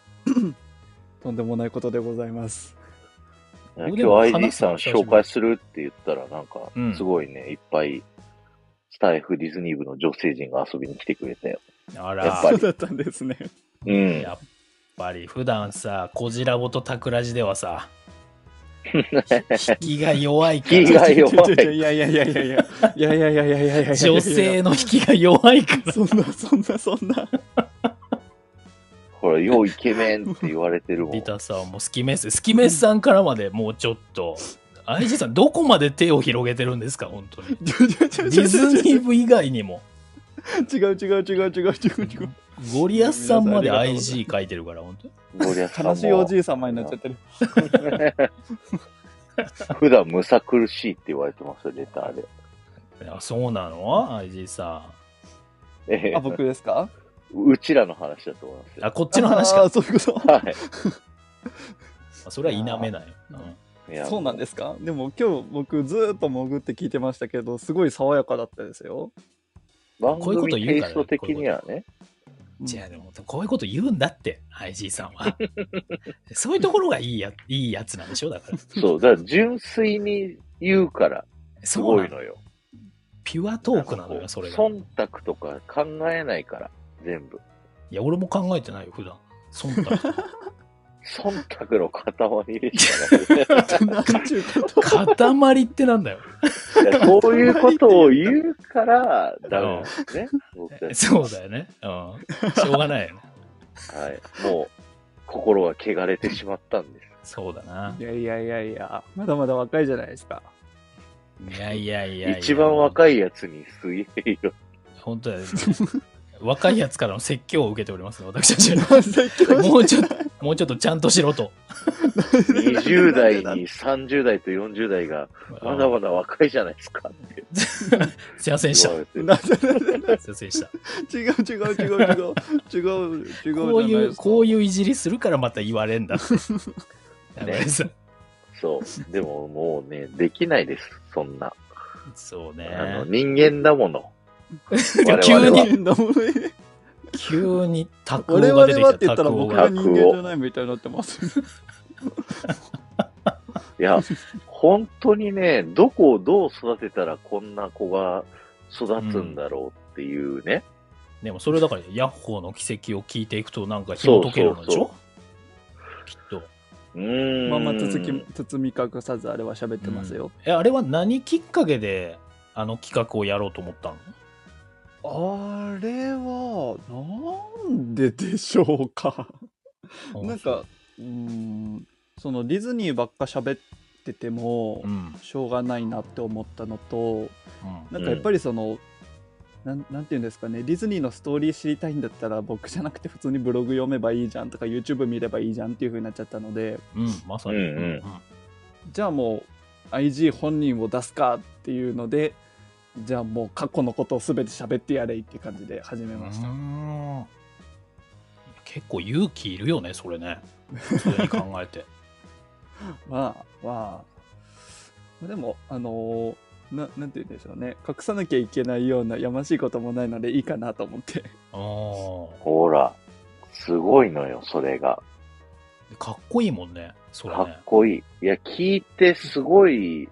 とんでもないことでございます。
今
僕
日
でも
ID さん
話すの
紹介するって言ったら、なんか
うん、
すごいね、いっぱい、スタイフディズニー部の女性陣が遊びに来てくれたよ。
あ
や
ら
っぱ
そ
り
うだったんですね。
うん。
やっぱり普段さ、こじらぼとたくらじで はさ、引きが弱いか
引き
ら、
が弱い
ちょちょちょいやいやいやいやいや、いやいやいやいやいやいやいや。
女性の引きが弱いから。
そんなそんなそんな。
ほら、ようイケメンって言われてるもん。
リタさんもスキメス、スキメスさんからまでもうちょっと、IG さん、どこまで手を広げてるんですか、本当 に。
ちょちょち
デ
ょち
ィ
ょち
ズ
ょち
ニ
ょ
ー部以外にも、
違う違う違う違う違う違う。
ゴリアスさんまで
皆さんありがとうござ
IG 書いてるから、本当に。
ゴリアスさんも
悲しいおじい様になっちゃってる。
普段むさ苦しいって言われてますよ、レターで。
あそうなの ?IG さ
ええ
あ、僕ですか
うちらの話だと思います
ん。あ、
よ。
こっちの話か
あー。そういうこ
はい。
それは否めない。うん
い
と。
や
そうなんですかでも今日僕ずーっと潜って聞いてましたけど、すごい爽やかだったですよ。
番
こういうこと
組
言
テ
う
イ
から
スト的にはね。
うん
違う、でも、こういうこと言うんだって、IG さんは。そういうところがいいや、いいやつなんでしょだから。
そう、だから純粋に言うから、す
そう
ご
ないの。
のよ。
ピュアトークなのよ、それが。
忖度とか考えないから、全部。
いや、俺も考えてないよ、普段。忖度。
忖度の塊でしたね。
なんちゅうこと。
塊ってなんだよ。
いやそういうことを言うから、ダメなんですね。僕たち。
そうだよね。うん。しょうがないよね。
はい。もう、心が汚れてしまったんです。
そうだな。
いやいやいやいや、まだまだ若いじゃないですか。
いやいやいやいや。
一番
い。
若いやつにすげえよ。
本当だよね。若いやつからの説教を受けております、私たちは。
説教
もうちょっ
っ
と、もうちょっとちゃんとしろと。
20代に30代と40代が、まだ
うん
まだ若いじゃないですかって
すいませんでし
言
た。
われて。
なぜなぜ
すいませんでした。
違う違う違う違う違う違う違う
こういう、こう
いう
いういじりするからまた言われんだって。やばいです
そう。でももうね、できないです。そんな。
そう
あの、
ね。
人間だもの。我
急
々は
に、
人間だもんね
急に、タクオ
我
が
々は
出き
ってて言
た、
った
タ
ら
クオ
僕
が
は。人間じゃないみたいになってます
い や、本当にね、どこをどう育てたらこんな子が育つんだろうっていうね。
でもそれだから、ヤッホーの奇跡を聞いていくと、なんか紐解けるのでしょきっと。
うーん。
まあまあ続き包み隠さずあれは喋ってますよ、
え、あれは何きっかけで、あの企画をやろうと思ったの
あれはなんででしょうかなんか、うーんそのディズニーばっか喋ってても、
うん。
しょうがないなって思ったのと
うん
なんかやっぱりその、なんなんていうんですかねディズニーのストーリー知りたいんだったら僕じゃなくて普通にブログ読めばいいじゃんとか YouTube 見ればいいじゃんっていう風になっちゃったので
うん、まさに。
うんうん
じゃあもう IG 本人を出すかっていうのでじゃあもう過去のことを全て喋ってやれいって感じで始め
う
ました、
ーん結構勇気いるよね、それね。普通に考えて。
まあまあでもあのーななんて言うんでしょうね隠さなきゃいけないようなやましいこともないのでいいかなと思って
あー
ほら、すごいのよ、それが。
かっこいいもんね、それ
か
ね
っ。こいい。いや、聞いてすごい、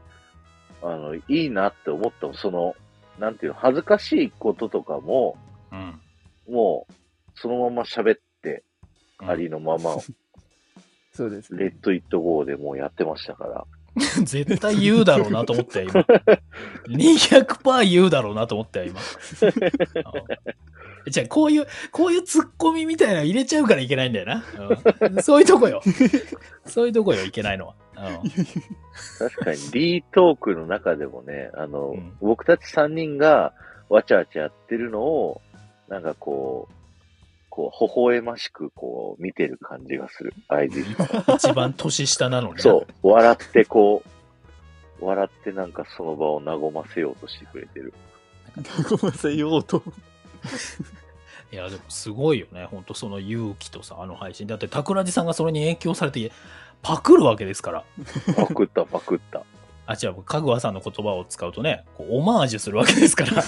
あの、いいなって思ったもんその、なんていうの、恥ずかしいこととかも、
うん。
もう、そのまま喋って、ありのま ま、
そうです
レッド・イット・ゴーでもうやってましたから。
絶対言うだろうなと思っ て、今。200%言うだろうなと思って、今。うんじゃあ、こういう、こういうツッコミみたいなの入れちゃうからいけないんだよな。うんそういうとこよ。そういうとこよ、いけないのは。うん
確かに、D トークの中でもね、あの、
うん
僕たち3人がわちゃわちゃやってるのを、なんかこう、こう、微笑ましく、こう、見てる感じがする。IG さんは。
一番年下なのに。
そう。笑って、こう、笑ってなんかその場を和ませようとしてくれてる。
和ませようと
いや、でもすごいよね。本当その勇気とさ、あの配信。だって、桜地さんがそれに影響されて、パクるわけですから。
パクった、パクった。
あ、違う、かぐわさんの言葉を使うとね、こうオマージュするわけです から。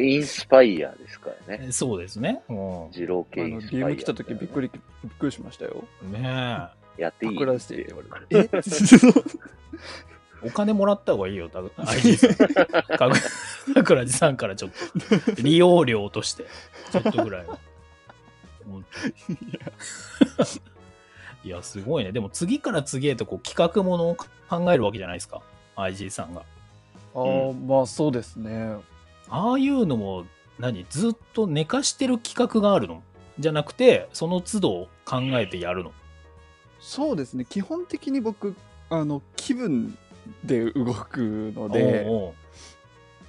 インスパイアですからね。
そうですね。うん。
二郎系
あ
イ
の
ンスパイア、
DM 来た時びっく
り。
りびっくりしましたよ。
ね
やってい
パ
い
クらしてって言われ て。えそ
え。お金もらった方がいいよ、た IG さん。かぐ桜地さんからちょっと、利用料として、ちょっとぐらいは。本当に いや、すごいね。でも次から次へとこう企画ものを考えるわけじゃないですか。IG さんが。
うああまあそうですね。
ああいうのも何ずっと寝かしてる企画があるのじゃなくてその都度考えてやるの
そうですね。基本的に僕あの気分で動くので、
おうお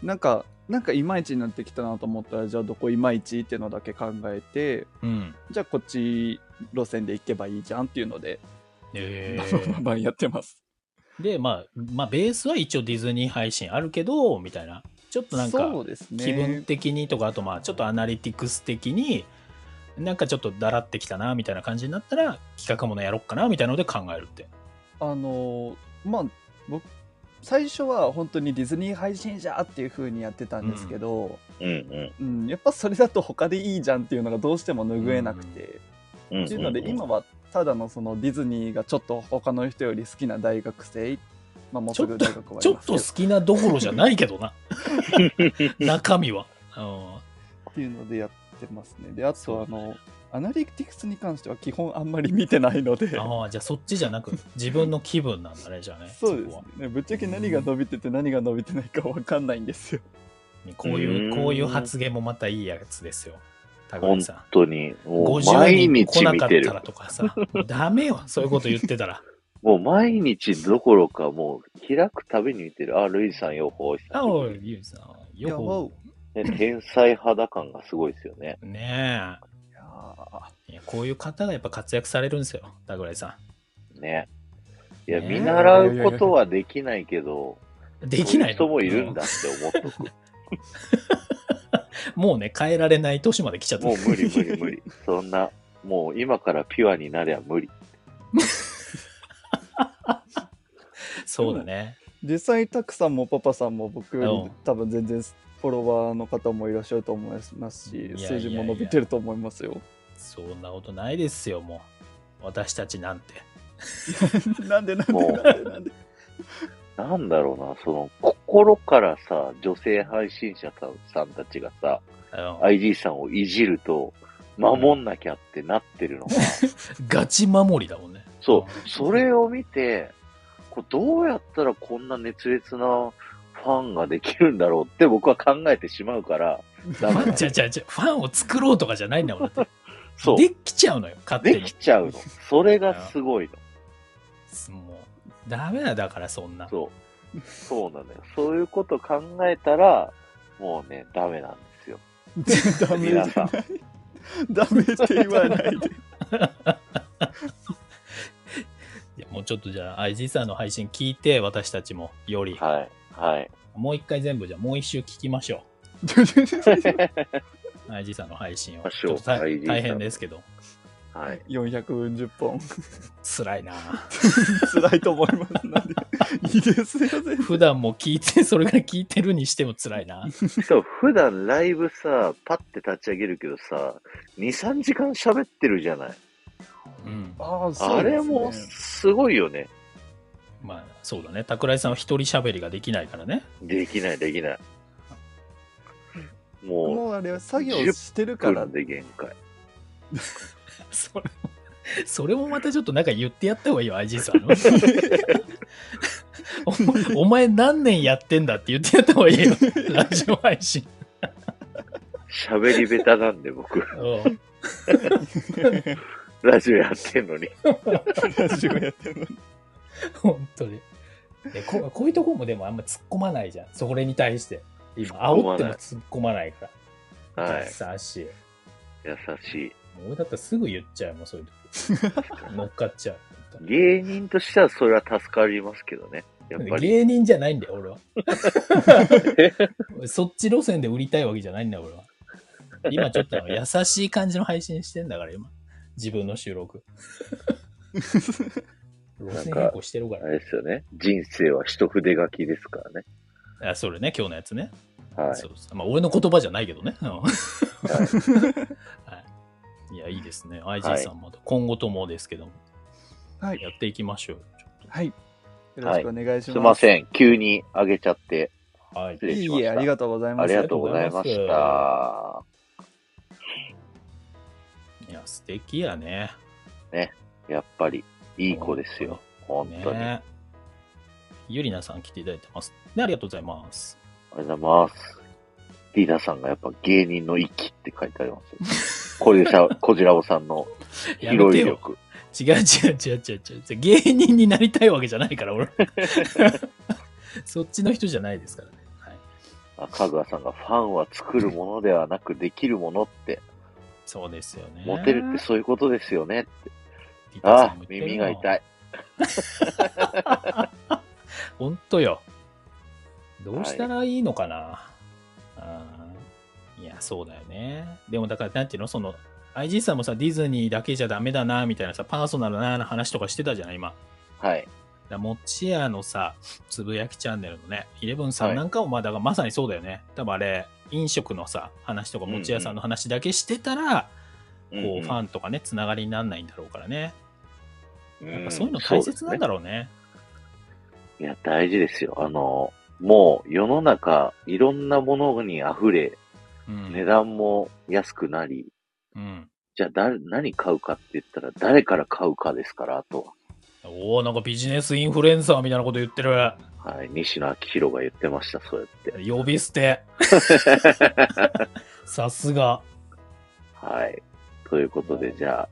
う
なんかなんかいまいちになってきたなと思ったらじゃあどこいまいちっていうのだけ考えて、
うん
じゃあこっち路線で行けばいいじゃんっていうので、
え
バンバン
ー
バンやってます。
で、まあ、まあベースは一応ディズニー配信あるけどみたいなちょっとなん
そ
か
うですね。
気分的にとか、あとまあちょっとアナリティクス的になんかちょっとだらってきたなみたいな感じになったら企画ものやろっかなみたいなので考えるって
あのまあ僕最初は本当にディズニー配信者っていう風にやってたんですけど、
うん
うんやっぱそれだと他でいいじゃんっていうのがどうしても拭えなくて、
うん。うん
っていうので今はただのそのディズニーがちょっと他の人より好きな大学生まあもう
ちょ
す
っ
ぐ
と
大学終わ
ちょ
り
っ
ます
と
けど
好きなどころじゃないけど な中身は。うん
っていうのでやってますねであとあのアナリティクスに関しては基本あんまり見てないので
ああ、じゃあそっちじゃなく、自分の気分なんだね、じゃあね。
そうで
こ
す
は
ねぶっちゃけ何が伸びてて何が伸びてないか分かんないんですよ
こういうう、
ん
こういう発言もまたいいやつですよ。高
本
橋さん。
当に、もう毎
50人来
日
な
見
かってた
る
ら。とかさ、ダメよ、そういうこと言ってたら。
もう毎日どころか、もう開くたびに見てる。あ、ルイさん、よほ、おいさ
あ
ん。
おい、ゆうさん、よほ
ね天才肌感がすごいですよね。
ね
いやー
えいや。こういう方がやっぱ活躍されるんですよ、高橋さ
ね。いや、
ね
見習うことはできないけど、
ん。できないの
そうう人もいるんだって思っとく。
うんもうね、変えられない年まで来ちゃった
もう。無理無理 無理。そんな、もう今からピュアになりゃ無理。
そうだね。
実際タクさんもパパさんも僕よ
うん
り多分全然フォロワーの方もいらっしゃると思います
いや
し
いや
数字も伸びてると思いますよ。
そんなことないですよ、もう。私たちなんて。
なんでなんで
もう
なんでなんで
なんだろうな、その、心からさ、女性配信者さんたちがさ、
うん
IG さんをいじると、守んなきゃってなってるのが、
ガチ守りだもんね。
そう、それを見て、こうどうやったらこんな熱烈なファンができるんだろうって僕は考えてしまうから、ダ
フ
メ
ァ
だ
ンじゃじゃじゃファンを作ろうとかじゃないんだもんだって
そう、
できちゃうのよ勝手
で
に
きちゃうの。それがすごいの。
もうダメだだからそん な
そう。そうなのよ。そういうこと考えたら、もうね、ダメなんですよ。
ダメじゃ
皆さん
ない。ダメって言わないで。
いやもうちょっとじゃあ IG さんの配信聞いて私たちもより
はい。はい。
もう一回全部じゃあもう一周聞きましょう IG さんの配信を
ましょう
ちょっと大
IG さん
大変ですけど
はい。
440本。
辛いな
辛いと思いますので。いいですよ、全然
普段も聞いてそれから聞いてるにしても辛いな
しかも普段ライブさ、パッて立ち上げるけどさ、2、3時間喋ってるじゃない。
うん
ああ、そ
あ
うで
れ
すね
もすごいよね。
まあそうだね桜井さんは一人喋りができないからね
できない、できない。も
もうあれは作業してる
う、か
か
らら で限界。
それもそれもまたちょっとなんか言ってやった方がいいよ IG さんおお前何年やってんだって言ってやった方がいいよラジオ配信
喋り下手なんで 僕、
うん
ラジオやってんのに。
ラジオやってるのに。
本当にでここういうとこもでもあんま突っ込まないじゃんそれに対して今煽っても突っ込まないか
は
ら
い。
優しい
優しい。
もう俺だったらすぐ言っちゃうもんそういう 時乗っかっちゃう本
芸人としてはそれは助かりますけどね。やっ
当
ぱ
に
り。
芸人じゃないんだ よ俺はそっち路線で売りたいわけじゃないんだよ、俺は。今ちょっとあの優しい感じの配信してんだから、今。自分の 収録。路線変更してるか
あれですよね。人生は一筆書きですからね。
ら。あそれね、今日のやつね。
はい。
そうそうまあ、俺の言葉じゃない けどね。うん
はい
いや、いいですね。IG さん、また今後ともですけども、
はい。
やっていきましょうよ。ちょっ
はい。よろしくお願いします。
すいません。急に上げちゃって。
とはい
失。礼しま
い
し
いえ、
た。
ありがとうござい
あ
ま
り
す
が。とうございました。
いや、素敵やね。
やっぱり、いい子ですよ。本当に。あ
ね。ゆりなさん来ていただいてます。ね、ありがとうございます。
りがとうございます。リーダーさんがやっぱ芸人の息って書いてありますよ。こ れでし ゃ、こじらぼさんの
やめ
広
て
い
よ。
力。
違う違う違う違う違う芸人になりたいわけじゃないか ら俺そっちの人じゃないですからね、はい、
あかぐわさんがファンは作るものではなくできるものって、
そうですよね
モテるってそういうことですよね。
ピーターさ
あ
んも言ってる
耳
よ
が痛い。
ほんとよどうしたらいいのかな、あーいやそうだよねでもだからなんていうのその IG さんもさディズニーだけじゃダメだなみたいなさパーソナルな話とかしてたじゃない今
はい。
だもちやのさ、つぶやきチャンネルのね、イレブンさ
は
ん
い
なんかもまあだがまさにそうだよね。多分あれ、飲食のさ、話とか、
うんうん
もちやさんの話だけしてたら、
ん
こ
ん
う、ファンとかね、つながりにならないんだろうからね。やっ
ん
ぱそういうの大切なんだ
そ
ろうね。
うですねいや、大事ですよ。あの、もう世の中、いろんなものに溢れ、
うん
値段も安くなり、
うん。
じゃあ誰、何買うかって言ったら、誰から買うかですから、あと
おおなんかビジネスインフルエンサーみたいなこと言ってる。
は。はい。西野昭弘が言ってました、そうやって。
呼び捨て。さすが。
はい。ということで、じゃあ、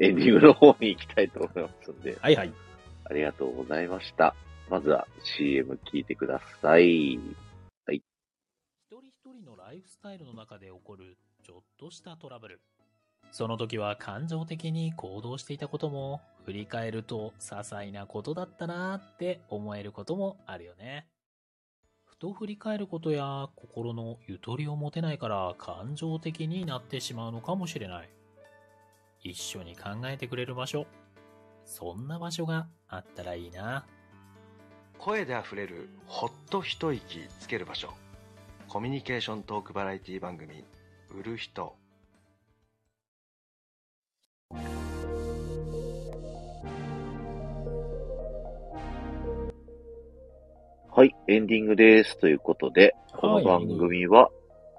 エンディングの方に行きたいと思いますんで、
はいはい。
ありがとうございました。まずは CM 聞いてください。
一人一人のライフスタイルの中で起こるちょっとしたトラブル。その時は感情的に行動していたことも、振り返ると些細なことだったなーって思えることもあるよね。ふと振り返ることや心のゆとりを持てないから感情的になってしまうのかもしれない。一緒に考えてくれる場所。そんな場所があったらいいな。
声であふれるほっと一息つける場所コミュニケーショントークバラエティ番組「売る人
はい、エンディングです。ということで、こ
は
の
い
番組は、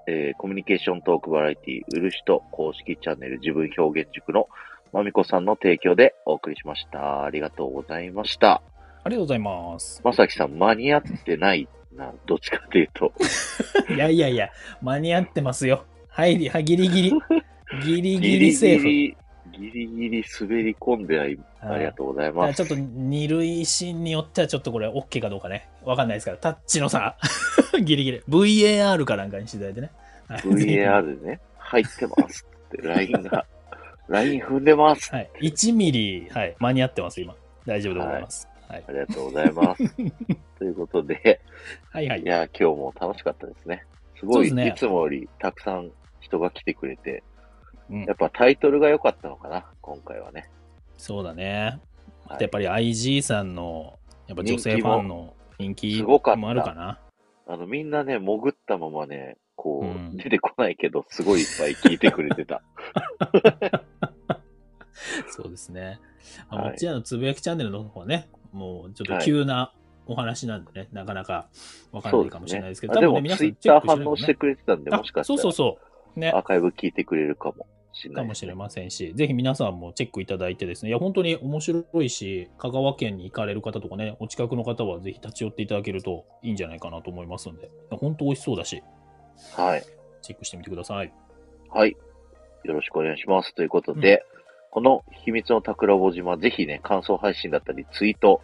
えーコミュニケーショントークバラエティ、売る人公式チャンネル自分表現塾のまみこさんの提供でお送りしました。ありがとうございました。
ありがとうございます。
まさきさん、間に合ってないな、どっちかというと。
いやいやいや、間に合ってますよ。はい、りはギリギ リ。ギリギリセーフ。
ギリギリ、ギリギリ滑り込んでない。ありがとうござい
だか
ま
ら
す。
ちょっと二塁審によってはちょっとこれ OK かどうかね。わかんないですから、タッチのさ、 ギリギリ。VAR かなんかにしていただいてね。はい
VAR でね、入ってますって、 ラインが、ライン踏んでます。
はい。1ミリ、はい、間に合ってます、今。大丈夫でございます。はい。
ありがとうございます。 ということで、
はい、はいい。
や、今日も楽しかったですね。すごい、
そうですね
いつもよりたくさん人が来てくれて、
うん
やっぱタイトルが良かったのかな、今回はね。
そうだね。
はい
やっぱり IG さんの、やっぱ女性ファンの人気
すごかった
もあるかな。
あの、みんなね、潜ったままね、こう、
うん
出てこないけど、すごいいっぱい聞いてくれてた。
そうですね。あ
はい
もちろんつぶやきチャンネルの方はね、もうちょっ
は
と
い
急なお話なんでね、なかなか わかん
そ
な
うで
い
すね
かもしれないですけど、
あで
ね
も、
皆さ
ツイ
ん
ッ
チ
タ
ェ
ー
ックして
反
る
応してくれてたんで、もしか
あ
した
そう
ら
そうそう。ね
ア。ーカイブ聞いてくれるかもしれな
か
い
も
で
し
す
れ
ね。
ませんし、ぜひ皆さんもチェックいただいてですね、いや、本当に面白いし、香川県に行かれる方とかね、お近くの方はぜひ立ち寄っていただけるといいんじゃないかなと思いますんで、いや本当美味しそうだし、
はい。
チェックしてみてください。
はい。よろしくお願いします。ということで、この秘密の桜ぼ島、ぜひね、感想配信だったり、ツイート、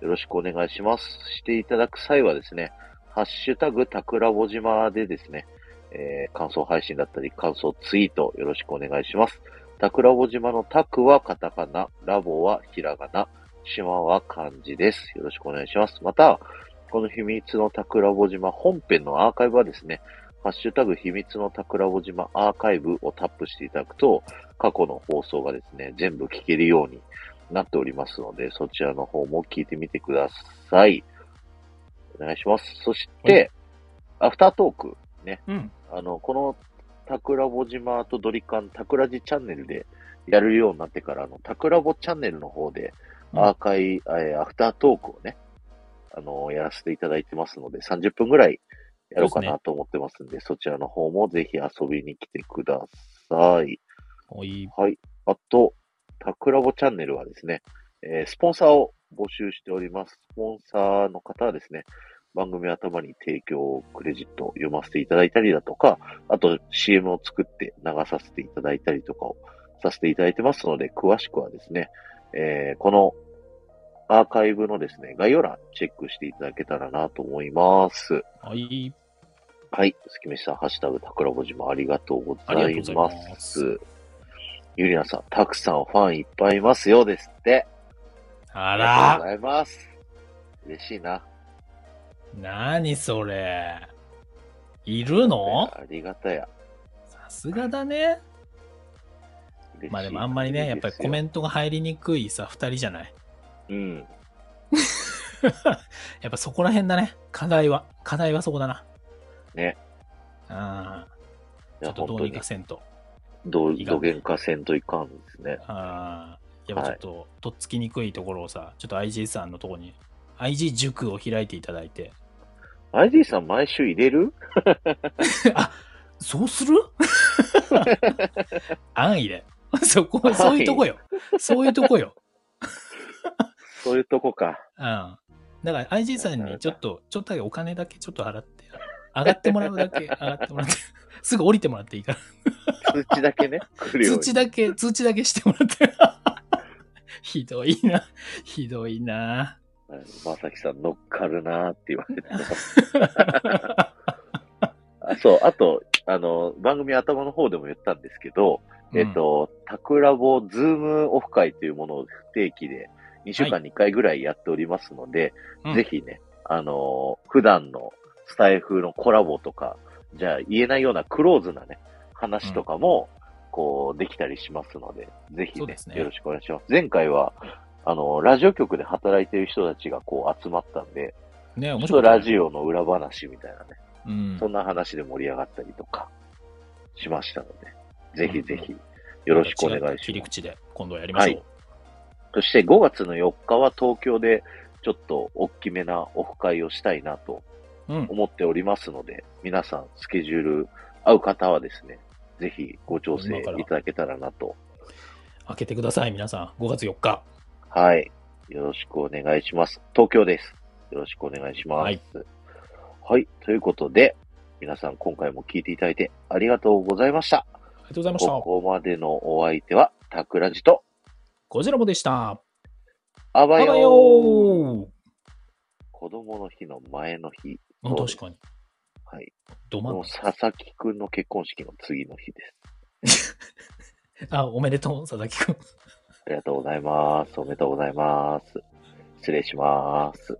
よろしくお願いします。していただく際はですね、ハッシュタグ桜ぼ島でですね、えー感想配信だったり、感想ツイート、よろしくお願いします。桜ぼ島のタクはカタカナ、ラボはひらがな、島は漢字です。よろしくお願いします。また、この秘密の桜ぼ島本編のアーカイブはですね、ハッシュタグ秘密の桜尾島アーカイブをタップしていただくと、過去の放送がですね、全部聞けるようになっておりますので、そちらの方も聞いてみてください。お願いします。そして、アフタートーク、
うん。
あの、この桜尾島とドリカン、桜地チャンネルでやるようになってから、あの、桜尾チャンネルの方で、アーカイ、えーアフタートークをね、あのやらせていただいてますので、30分ぐらいやろうかなと思ってますんで、そちらの方もぜひ遊びに来てください。
おい、
はい。あと、タクラボチャンネルはですね、えースポンサーを募集しております。スポンサーの方はですね、番組頭に提供クレジットを読ませていただいたりだとか、あと CM を作って流させていただいたりとかをさせていただいてますので、詳しくはですね、えーこのアーカイブのですね、概要欄チェックしていただけたらなと思います。
はい、
はい。すきめしさん、ハッシュタグ、たくらぼじもありがとうござ
あり
い
がとう
ま
ご
す
ざい。ます
ゆりなさん、たくさんファンいっぱいいますよですって。
あ
りがとうご
ら、
ざいます。嬉しいな。
何それ。いるの
ありがたや。
さすがだね。
嬉しい
まあでもあんまりね、やっぱりコメ
ン
ントが入りにくいさ、二人じゃない。
ト。うん。
やっぱそこら辺だね。課題は。課題はそこだな。
ね。
あ
い
あ。ちょ
や、
っとど
本
う
当
に
に
か、せんと。
ど
いかん
どげんかせんといかんですね。
ああ。やっぱちょっと、とっつきにくいところをさ、ちょっと IG さんのところに、IG 塾を開いていただいて。
IG さん、毎週入れる
あ、そ うする安易で。そこ、そういうとこよ。そういうとこよ。
そういうとこか。
うん。だから IG さんにちょっと、ちょっとだけお金だけちょっと払って、上がってもらう だけ、上がってもらって、すぐ降りてもらっていいから。
通知だけね。来るよう
通
に。
知だけ、通知だけしてもらって。 ひどいな。ひどいな。
はいまさきさん、乗っかるなーって言われてますあそう、あと、あの、番組頭の方でも言ったんですけど、えっと、タクラボズームオフ会というものを不定期で2週間に1回ぐらいやっておりますので、
うん
ぜひね、あのー普段のスタイフのコラボとか、じゃあ言えないようなクローズなね、話とかも、こう、できたりしますので、ぜひ
そう
ね、
ですね
よろしくお願いします。前回は、あの、ラジオ局で働いてる人たちがこう集まったんで、
うん。ね、
ちょ
面
っ
白
と
い、ね。
ラジオの裏話みたいなね、
うん
そんな話で盛り上がったりとかしましたので、ぜひぜひよろしくお願いし
違った切り
ます。
口で今度はやりましょ
は
う。
いそして5月の4日は東京でちょっと大きめなオフ会をしたいなと
うん。
思っておりますので、皆さんスケジュール合う方はですね、ぜひご調整いただけたらなと
開けてください、皆さん。5月4日。
はい。よろしくお願いします。東京です。よろしくお願いします。
は
はいい。ということで、皆さん今回も聞いていただいてありがとうございました。
ありがとうございました
こ。こまでのお相手は、タクラジと、
こちらもでした。
あば
バイ
よ
バイ
ー
よー
子供の日の前の日。
うん確かに。
はい。
ど
こ
真ん
の佐々木くんの結婚式の次の日です。
あ、おめでとう、佐々木くん。
ありがとうございます。おめでとうございます。失礼します。